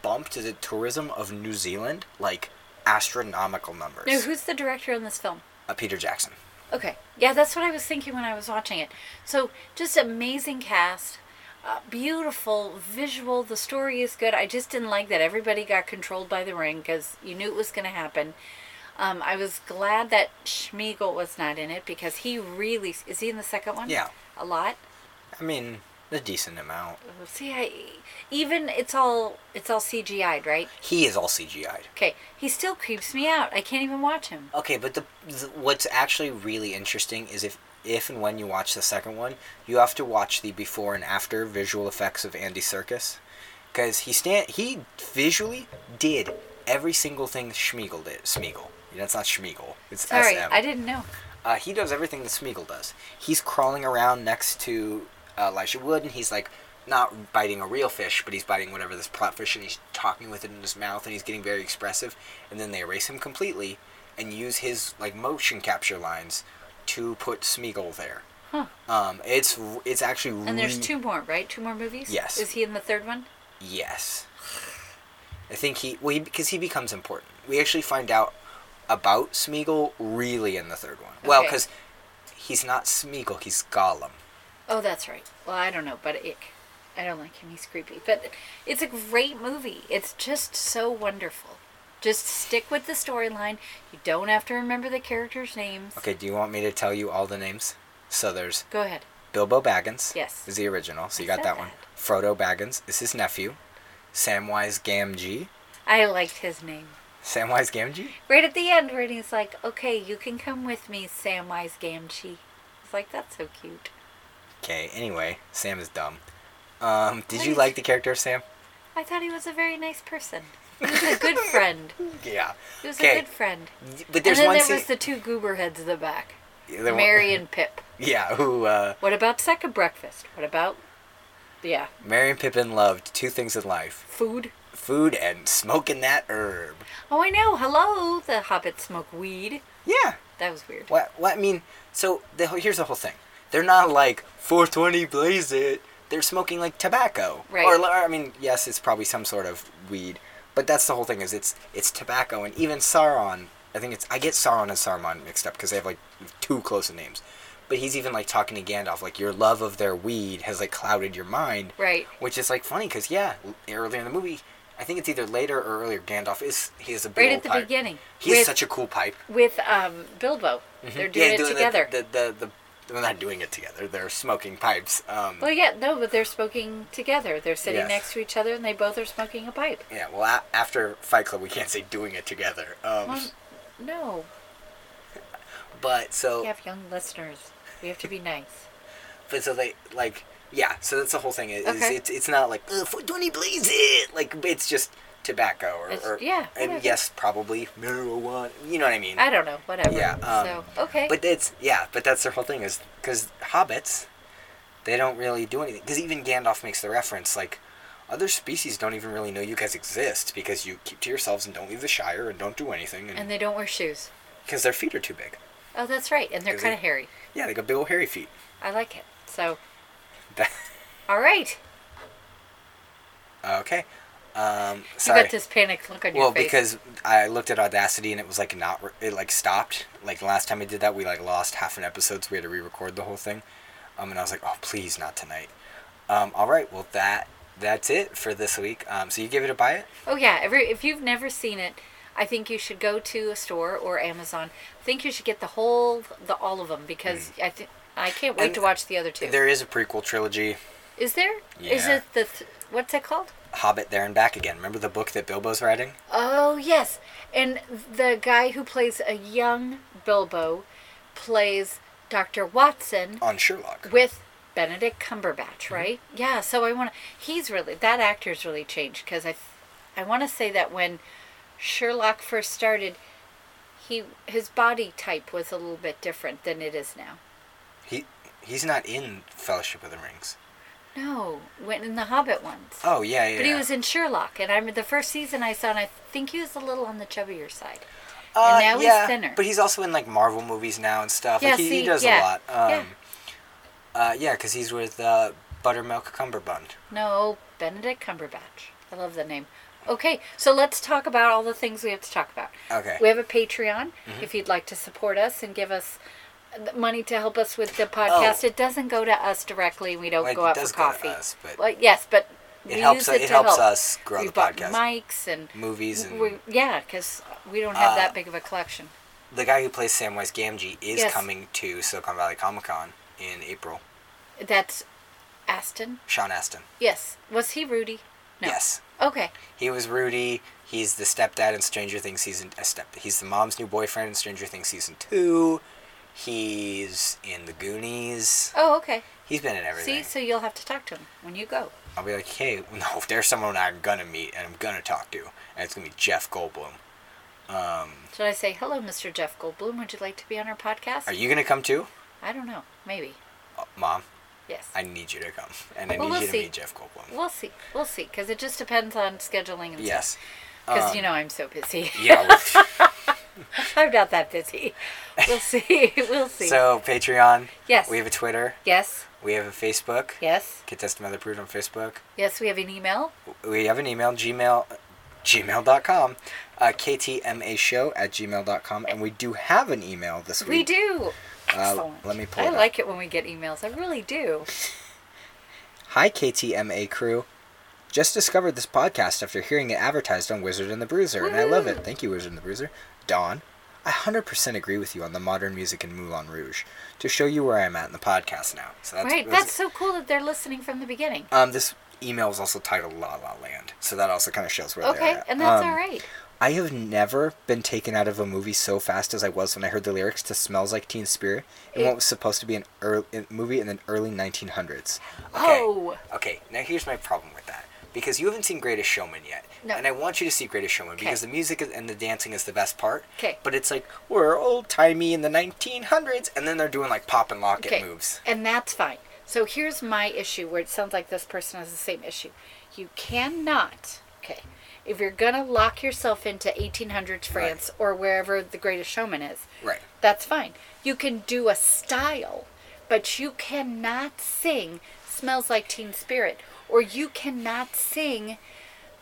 A: bumped the tourism of New Zealand like astronomical numbers.
B: The, no, who's the director on this film?
A: uh, Peter Jackson.
B: Okay. Yeah, that's what I was thinking when I was watching it. So, just amazing cast, uh, beautiful visual. The story is good. I just didn't like that everybody got controlled by the ring because you knew it was going to happen. Um, I was glad that Schmiegel was not in it because he really is he in the second one?
A: Yeah.
B: A lot.
A: I mean, a decent amount.
B: Oh, See, I even it's all it's all CGI'd, right?
A: He is all CGI'd.
B: Okay. He still creeps me out. I can't even watch him.
A: Okay, but the, the what's actually really interesting is if if and when you watch the second one, you have to watch the before and after visual effects of Andy Serkis, because he stand he visually did every single thing Schmiegel did. Schmiegel, that's not Schmiegel. It's
B: Sorry,
A: SM.
B: I didn't know.
A: Uh, he does everything that Smeagol does. He's crawling around next to uh, Elisha Wood, and he's like not biting a real fish, but he's biting whatever this platfish, and he's talking with it in his mouth, and he's getting very expressive. And then they erase him completely and use his like motion capture lines to put Smeagol there.
B: Huh.
A: Um, it's it's actually
B: And there's
A: re-
B: two more, right? Two more movies?
A: Mm. Yes.
B: Is he in the third one?
A: Yes. I think he well because he, becomes important. We actually find out about Smeagol really in the third one. Well,
B: Okay.
A: because he's not Smeagol, he's Gollum.
B: Oh, that's right. Well, I don't know, but ick. I don't like him. He's creepy. But it's a great movie. It's just so wonderful. Just stick with the storyline. You don't have to remember the characters' names.
A: Okay, do you want me to tell you all the names? So there's
B: Go ahead.
A: Bilbo Baggins.
B: Yes.
A: Is the original, so you
B: I
A: got
B: said
A: that one. Frodo Baggins is his nephew. Samwise Gamgee.
B: I liked his name.
A: Samwise Gamgee?
B: Right at the end, where he's like, "Okay, you can come with me, Samwise Gamgee." It's like that's so cute.
A: Okay, anyway, Sam is dumb. Um, did you
B: Wait.
A: like the character of Sam?
B: I thought he was a very nice person. He was a good friend.
A: Yeah.
B: He was
A: Okay.
B: a good friend.
A: But there's
B: and then
A: one
B: there
A: scene.
B: was the two goober heads in the back,
A: the one-
B: Mary and Pip.
A: Yeah, who, uh,
B: What about second breakfast? What about, yeah,
A: Mary and Pippin loved two things in life
B: food?
A: food and smoking that herb.
B: Oh, I know. Hello, the hobbits smoke weed.
A: Yeah.
B: That was weird.
A: What, what I mean, so the, whole- here's the whole thing. They're not like 420 blaze it. They're smoking like tobacco,
B: Right.
A: Or li- I mean, yes, it's probably some sort of weed, but that's the whole thing. Is it's it's tobacco, and even Sauron. I think it's I get Sauron and Saruman mixed up because they have like too close of names. But he's even like talking to Gandalf, like your love of their weed has like clouded your mind,
B: Right.
A: Which is like funny because yeah, l- earlier in the movie, I think it's either later or earlier. Gandalf is he is a big
B: Right
A: old
B: at the
A: pipe.
B: beginning.
A: He's
B: with,
A: such a cool pipe.
B: with um Bilbo. They're doing
A: Mm-hmm. doing
B: it
A: the-
B: together.
A: The, the, the, they're not doing it together. They're smoking pipes. Um,
B: well, yeah, no, but they're smoking together. They're sitting
A: Yes.
B: next to each other, and they both are smoking a pipe.
A: yeah. Well, a- after Fight Club, we can't say doing it together. Um,
B: Well, no,
A: but so,
B: we have young listeners. We have to be nice.
A: but so they like, yeah. So that's the whole thing. Is
B: Okay.
A: it's it's not like uh, 420 blaze it. Like it's just tobacco or,
B: It's-
A: or
B: yeah,
A: and
B: whatever.
A: yes, probably marijuana. You know what I mean?
B: I don't know. Whatever.
A: Yeah, um,
B: so okay.
A: But it's yeah, but that's their whole thing is because hobbits, they don't really do anything. Because even Gandalf makes the reference like, other species don't even really know you guys exist because you keep to yourselves and don't leave the Shire and don't do anything,
B: and
A: and
B: they don't wear shoes.
A: because their feet are too big.
B: Oh, that's right. And they're
A: Is
B: kind
A: it-
B: of hairy.
A: Yeah, they got big old hairy feet.
B: I like it. So,
A: That-
B: all right.
A: okay. Um,
B: You
A: sorry.
B: got this panicked look on your
A: well,
B: face.
A: because I looked at Audacity and it was like not re- it like stopped. Like the last time we did that, we like lost half an episode, so we had to re-record the whole thing. Um, and I was like, oh, please, not tonight. Um, all right, well that that's it for this week. Um, so you give it a buy it.
B: Oh yeah, every, if you've never seen it, I think you should go to a store or Amazon. I think you should get the whole, the all of them because I think I can't wait
A: Mm. And
B: to watch the other two.
A: There is a prequel trilogy.
B: Is there? Is
A: Yeah.
B: it the th- what's it called?
A: Hobbit there and back again. Remember the book that Bilbo's writing?
B: Oh yes, and the guy who plays a young Bilbo plays Doctor Watson
A: On Sherlock.
B: with Benedict Cumberbatch,
A: Mm-hmm.
B: right? Yeah. So I want to. He's really that actor's really changed because I, I want to say that when Sherlock first started, he his body type was a little bit different than it is now.
A: He he's not in Fellowship of the Rings.
B: No, went in the Hobbit ones.
A: Oh yeah, yeah.
B: But he
A: yeah.
B: was in Sherlock, and I am the first season I saw, and I think he was a little on the chubbier side.
A: Uh,
B: now he's
A: yeah,
B: thinner.
A: But he's also in like Marvel movies now and stuff.
B: Yeah,
A: like, he, he
B: see,
A: does
B: yeah,
A: a lot. Um,
B: yeah.
A: Uh, yeah, because he's with uh, Buttermilk Cumberbund.
B: No, Benedict Cumberbatch. I love the name. Okay, so let's talk about all the things we have to talk about.
A: Okay. Mm-hmm.
B: We have a Patreon. If you'd like to support us and give us the money to help us with the podcast, it doesn't go to us directly. We don't
A: Oh. Well, it
B: go out
A: does
B: for
A: go to
B: coffee.
A: us, but-
B: well, yes, but
A: It
B: we
A: helps.
B: use it,
A: it
B: to
A: helps
B: help.
A: us grow
B: we
A: the
B: bought
A: podcast.
B: mics and
A: Movies and
B: we, yeah, because we don't have
A: Uh,
B: that big of a collection.
A: the guy who plays Samwise Gamgee is
B: Yes.
A: coming to Silicon Valley Comic Con in April.
B: That's Aston.
A: Sean Astin.
B: Yes, was he Rudy? No.
A: Yes,
B: Okay.
A: he was Rudy. He's the stepdad in Stranger Things season. Uh, step. He's the mom's new boyfriend in Stranger Things season two. He's in the Goonies.
B: Oh, okay.
A: He's been in everything.
B: See, so you'll have to talk to him when you go.
A: I'll be like, hey, no, if there's someone I'm gonna meet and I'm gonna talk to, and it's gonna be Jeff Goldblum. um,
B: Should I say, hello, Mr. Jeff Goldblum? Would you like to be on our podcast?
A: Are you gonna come too,
B: I don't know. Maybe.
A: Uh, Mom?
B: Yes.
A: I need you to come, and I
B: Well,
A: need
B: we'll
A: you to
B: see.
A: meet Jeff Goldblum.
B: We'll see. We'll see. Because it just depends on scheduling and
A: yes.
B: Because,
A: Um,
B: you know, I'm so busy.
A: yeah. well,
B: I'm not that busy. We'll see. we'll see.
A: so Patreon.
B: Yes.
A: We have a Twitter.
B: yes.
A: We have a Facebook.
B: Yes.
A: Get Test Mother Approved on Facebook.
B: Yes, we have an email.
A: We have an email, gmail, gmail.com, uh, ktmashow at gmail.com, and we do have an email this week.
B: We do. Excellent.
A: let Uh, me pull
B: I
A: it up.
B: like it when we get emails. I really do.
A: Hi, KTMA crew. Just discovered this podcast after hearing it advertised on Wizard and the Bruiser, and I love it. Thank you, Wizard and the Bruiser. Dawn, I 100% agree with you on the modern music in Moulin Rouge to show you where I'm at in the podcast now. So that's
B: right. That's so cool that they're listening from the beginning.
A: um, this email is also titled La La Land, so that also kind of shows where they're
B: Okay.
A: at.
B: And that's
A: Um,
B: all right.
A: I have never been taken out of a movie so fast as I was when I heard the lyrics to "Smells Like Teen Spirit" in
B: It-
A: what was supposed to be an early a movie in the early 1900s. Okay.
B: Oh.
A: Okay. Now here's my problem with that because you haven't seen Greatest Showman yet,
B: No.
A: and I want you to see Greatest Showman because the music is- and the dancing is the best part.
B: 'Kay.
A: But it's like we're old timey in the 1900s, and then they're doing like pop and lock it
B: Okay.
A: moves.
B: And that's fine. So here's my issue where it sounds like this person has the same issue. You cannot, okay, if you're going to lock yourself into 1800s France or wherever the greatest showman is,
A: Right.
B: that's fine. You can do a style, but you cannot sing Smells Like Teen Spirit or you cannot sing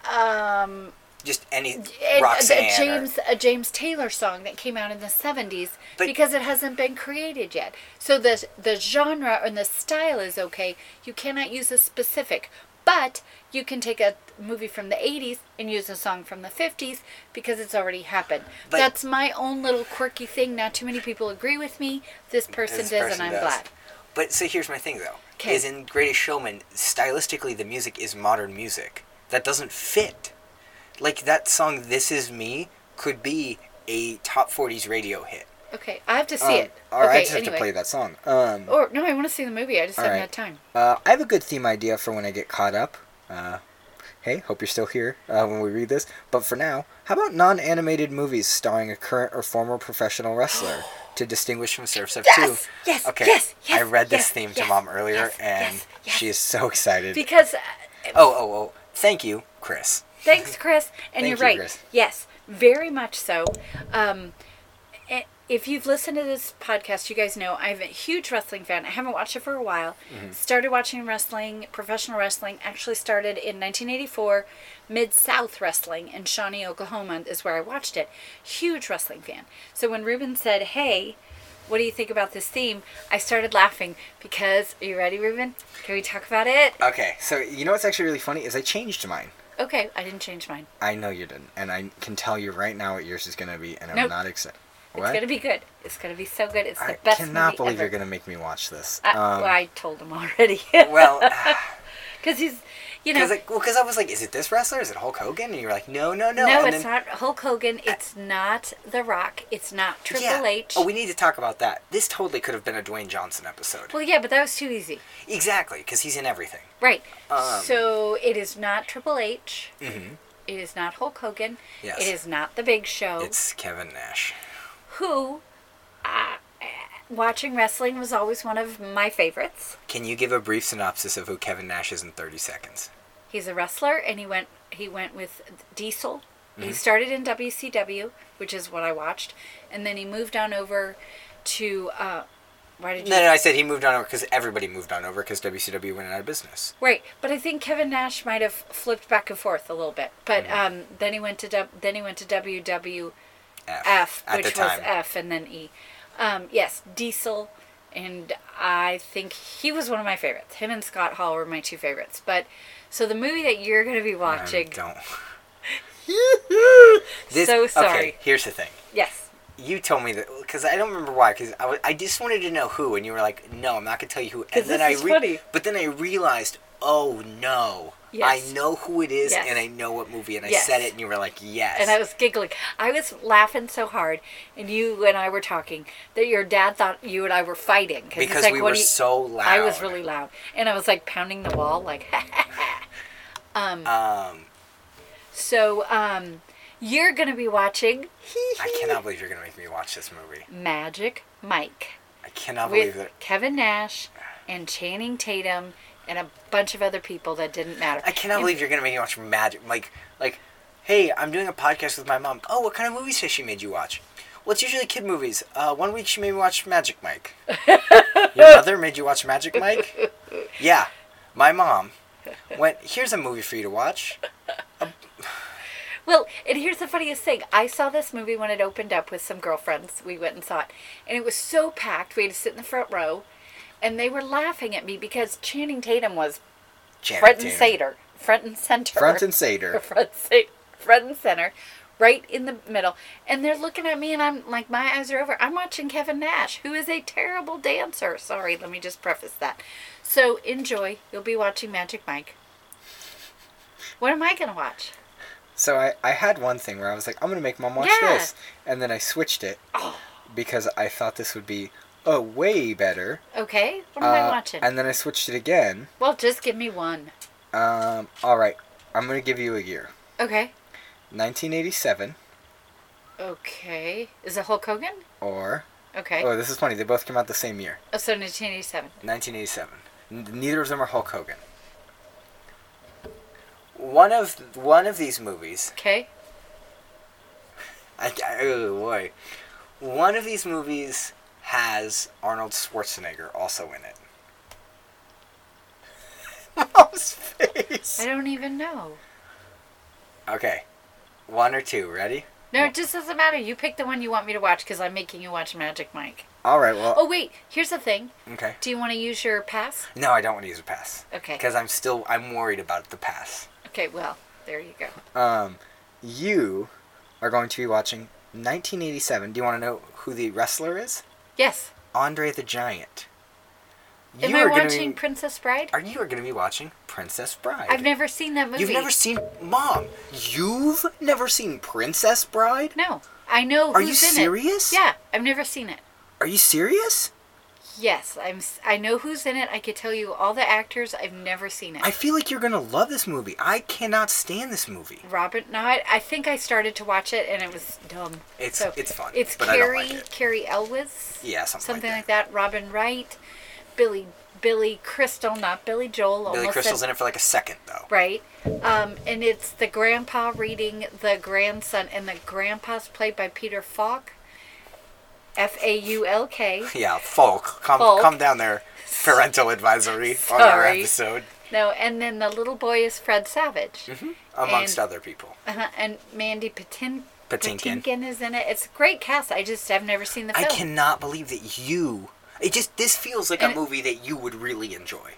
B: um,
A: Just any
B: a, a
A: Roxanne. or-
B: uh, James a James Taylor song that came out in the 70s
A: But-
B: because it hasn't been created yet. So the the genre and the style is okay. You cannot use a specific, but you can take a movie from the 80s and use a song from the 50s because it's already happened.
A: But-
B: That's my own little quirky thing. Not too many people agree with me. This person
A: This
B: does
A: person
B: and I'm
A: does.
B: glad.
A: But so here's my thing though.
B: 'Kay.
A: Is in Greatest Showman, stylistically the music is modern music. That doesn't fit. Like that song This Is Me could be a top forties radio hit.
B: Okay, I have to see
A: Um,
B: it.
A: Or
B: okay,
A: I just have to play that song. Um
B: Or no, I want to see the movie. I just
A: All
B: haven't
A: right.
B: had time.
A: uh, I have a good theme idea for when I get caught up. Uh Hey, hope you're still here uh, when we read this. But for now, how about non-animated movies starring a current or former professional wrestler to distinguish from Surf's Up
B: Yes,
A: 2?
B: yes,
A: okay,
B: yes,
A: I
B: yes,
A: read this
B: yes,
A: theme to
B: yes,
A: Mom earlier,
B: yes,
A: and
B: yes, yes.
A: she is so excited.
B: Because uh,
A: Oh, oh, oh. Thank you, Chris.
B: Thanks, Chris. And
A: Thank
B: you're
A: you,
B: right.
A: Chris.
B: Yes, very much so. Um, i- if you've listened to this podcast, you guys know I'm a huge wrestling fan. I haven't watched it for a while.
A: Mm-hmm.
B: Started watching wrestling, professional wrestling, actually started in 1984. Mid South Wrestling in Shawnee, Oklahoma is where I watched it. Huge wrestling fan. So when Ruben said, hey, what do you think about this theme? I started laughing because, are you ready, Ruben? Can we talk about it?
A: Okay, so you know what's actually really funny is I changed mine.
B: Okay, I didn't change mine.
A: I know you didn't, and I can tell you right now what yours is going to be, and I'm
B: Nope.
A: not excited.
B: It's
A: What?
B: gonna be good. It's gonna be so good. It's the
A: I
B: best.
A: cannot
B: movie
A: believe um,
B: ever.
A: you're going to make me watch this.
B: I,
A: um,
B: well, I told him already.
A: well,
B: because he's, you know,
A: Because like, well, 'cause I was like, is it this wrestler? Is it Hulk Hogan? And you were like, no, no, no.
B: no,
A: and
B: it's not Hulk Hogan. It's not The Rock. It's not Triple
A: yeah.
B: H.
A: Oh, we need to talk about that. This totally could have been a Dwayne Johnson episode.
B: well, yeah, but that was too easy,
A: Exactly, because he's in everything.
B: right?
A: Um, Mm-hmm.
B: so it is not Triple H. It is not Hulk Hogan.
A: Yes.
B: It is not The Big Show.
A: It's Kevin Nash.
B: who uh, watching wrestling was always one of my favorites.
A: Can you give a brief synopsis of who Kevin Nash is in 30 seconds?
B: He's a wrestler, and he went he went with Diesel.
A: Mm-hmm.
B: He started in WCW, which is what I watched, and then he moved on over to. Uh, why did you?
A: No, no, I said he moved on over because everybody moved on over because WCW went out of business.
B: Right, but I think Kevin Nash might have flipped back and forth a little bit. But
A: Mm-hmm.
B: um, then he went to w, then he went to WWF,
A: F. at
B: which
A: the time.
B: was F, and then E. Um, yes, Diesel, and I think he was one of my favorites. Him and Scott Hall were my two favorites. But so the movie that you're going to be
A: I
B: watching,
A: Um, don't. This-
B: so
A: Okay,
B: sorry.
A: here's the thing.
B: Yes,
A: You told me that because I don't remember why. Because I, wa- I just wanted to know who, and you were like, "No, I'm not gonna tell you who." And
B: 'Cause
A: then
B: this
A: I
B: is funny.
A: but then I realized, oh no,
B: Yes.
A: I know who it is,
B: Yes.
A: and I know what movie, and I
B: Yes.
A: said it, and you were like, "Yes."
B: and I was giggling. I was laughing so hard, and you and I were talking that your dad thought you and I were fighting he's
A: because
B: like,
A: we
B: "What
A: were
B: do you-
A: so loud.
B: I was really loud, and I was like pounding the wall, like.
A: Um,
B: so, um, you're gonna be watching
A: I cannot believe you're gonna make me watch this movie.
B: Magic Mike
A: I cannot believe
B: with
A: that.
B: Kevin Nash and Channing Tatum and a bunch of other people that didn't matter.
A: I cannot
B: And-
A: believe you're gonna make me watch magic. Like, like, hey, I'm doing a podcast with my mom. Oh, what kind of movies has she made you watch? Well, it's usually kid movies. Uh, one week she made me watch Magic Mike. Your mother made you watch Magic Mike? Yeah, my mom went. Here's a movie for you to watch.
B: Well, and here's the funniest thing. I saw this movie when it opened up with some girlfriends. We went and saw it. And it was so packed. We had to sit in the front row. And they were laughing at me because Channing Tatum was
A: Janet
B: front and
A: Tatum.
B: center. Front and center.
A: Front and Seder.
B: front, se- front and center, right in the middle. And they're looking at me, and I'm like, my eyes are over. I'm watching Kevin Nash, who is a terrible dancer. Sorry, let me just preface that. So enjoy. You'll be watching Magic Mike. What am I going to watch?
A: So I, I had one thing where I was like, I'm gonna make mom watch
B: Yeah. Oh.
A: this, and then I switched it because I thought this would be oh way better.
B: Okay, what am I
A: Uh,
B: watching?
A: And then I switched it again.
B: well, just give me one.
A: Um, all right, I'm gonna give you a year.
B: Okay.
A: 1987
B: Okay. Is it Hulk Hogan?
A: or
B: Okay.
A: oh, this is funny. They both came out the same year.
B: oh, so 1987.
A: 1987. N- neither of them are Hulk Hogan. One of one of these movies.
B: Okay.
A: I, I- oh boy, one of these movies has Arnold Schwarzenegger also in it. Mom's
B: I
A: face.
B: don't even know.
A: Okay, one or two. Ready?
B: No, it just doesn't matter. You pick the one you want me to watch because I'm making you watch Magic Mike.
A: All right. Well.
B: Oh wait, here's the thing.
A: Okay.
B: Do you want to use your pass?
A: No, I don't want to use a pass.
B: Okay.
A: Because I'm still I'm worried about the pass.
B: Okay, well, there you go.
A: Um, you are going to be watching 1987. Do you want to know who the wrestler is?
B: Yes. Andre
A: Andre the Giant.
B: Am
A: You
B: I
A: are gonna
B: watching
A: Be,
B: Princess Bride?
A: are you are going to be watching Princess Bride?
B: I've never seen that movie.
A: You've never seen Mom. You've never seen Princess Bride?
B: No. I know
A: Are you
B: who's in
A: serious?
B: it. Yeah, I've never seen it.
A: Are you serious?
B: Yes, I'm s- I know who's in it. I could tell you all the actors. I've never seen it.
A: I feel like you're going to love this movie. I cannot stand this movie.
B: Robin, no, I, I think I started to watch it and it was dumb.
A: It's- it's fun,
B: It's
A: but I don't
B: Carrie
A: like it.
B: Carrie Elwes.
A: Yeah, something like that.
B: like that. Robin Wright, Billy Billy Crystal, not Billy Joel.
A: Billy
B: almost
A: Crystal's
B: said,
A: in it for like a second though.
B: Right, um, and it's the grandpa reading the grandson, and the grandpa's played by Peter Falk. F A U L K.
A: Yeah, Folk, come
B: Folk.
A: come down there. Parental advisory on our
B: Sorry.
A: episode,
B: No, and then the little boy is Fred Savage.
A: Mm-hmm. amongst
B: And-
A: other people.
B: Uh-huh, and Mandy Patin-
A: Patinkin.
B: is in it. It's a great cast. I just have never seen the
A: I
B: film.
A: cannot believe that you. It just this feels like
B: And-
A: a movie that you would really enjoy.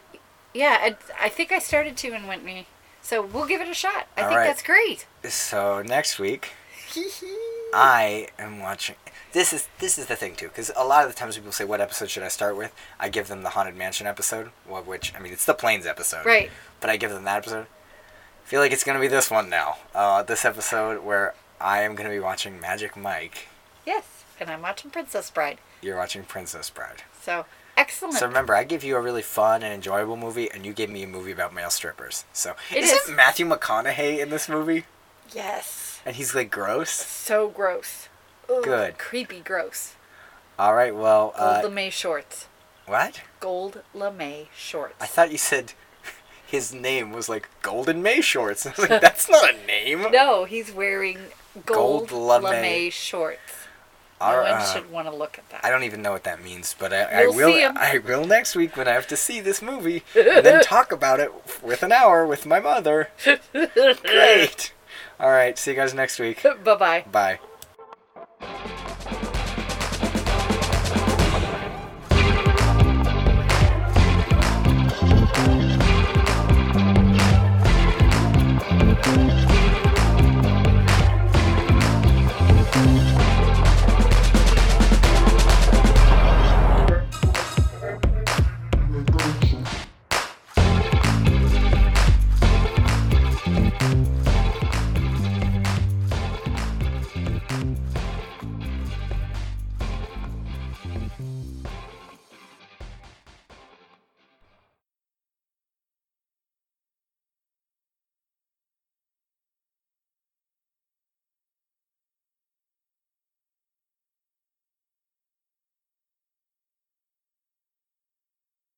B: Yeah, I, I think I started to and went me. So we'll give it a shot. I
A: All
B: think
A: right.
B: that's great.
A: So next week, I am watching. This is this is the thing too, because a lot of the times people say, "What episode should I start with?" I give them the haunted mansion episode, well, which I mean, it's the planes episode,
B: Right.
A: But I give them that episode. I feel like it's gonna be this one now. Uh, this episode where I am gonna be watching Magic Mike.
B: Yes, and I'm watching Princess Bride.
A: You're watching Princess Bride.
B: So excellent.
A: So remember, I gave you a really fun and enjoyable movie, and you gave me a movie about male strippers. So
B: It
A: isn't
B: is.
A: Matthew McConaughey in this movie?
B: yes.
A: And he's like gross.
B: So gross. Ugh,
A: Good.
B: Creepy gross.
A: All right, well,
B: Gold
A: uh,
B: LeMay shorts.
A: what?
B: Gold LeMay shorts.
A: I thought you said his name was like Golden May Shorts. I was like, that's not a name.
B: no, he's wearing gold,
A: Gold
B: LeMay.
A: LeMay
B: shorts.
A: All
B: no one
A: right. uh,
B: should want to look at that.
A: I don't even know what that means, but I, I
B: We'll see
A: will.
B: 'em.
A: I will next week when I have to see this movie and then talk about it with an hour with my mother. Great. All right. See you guys next week.
B: bye bye.
A: Bye.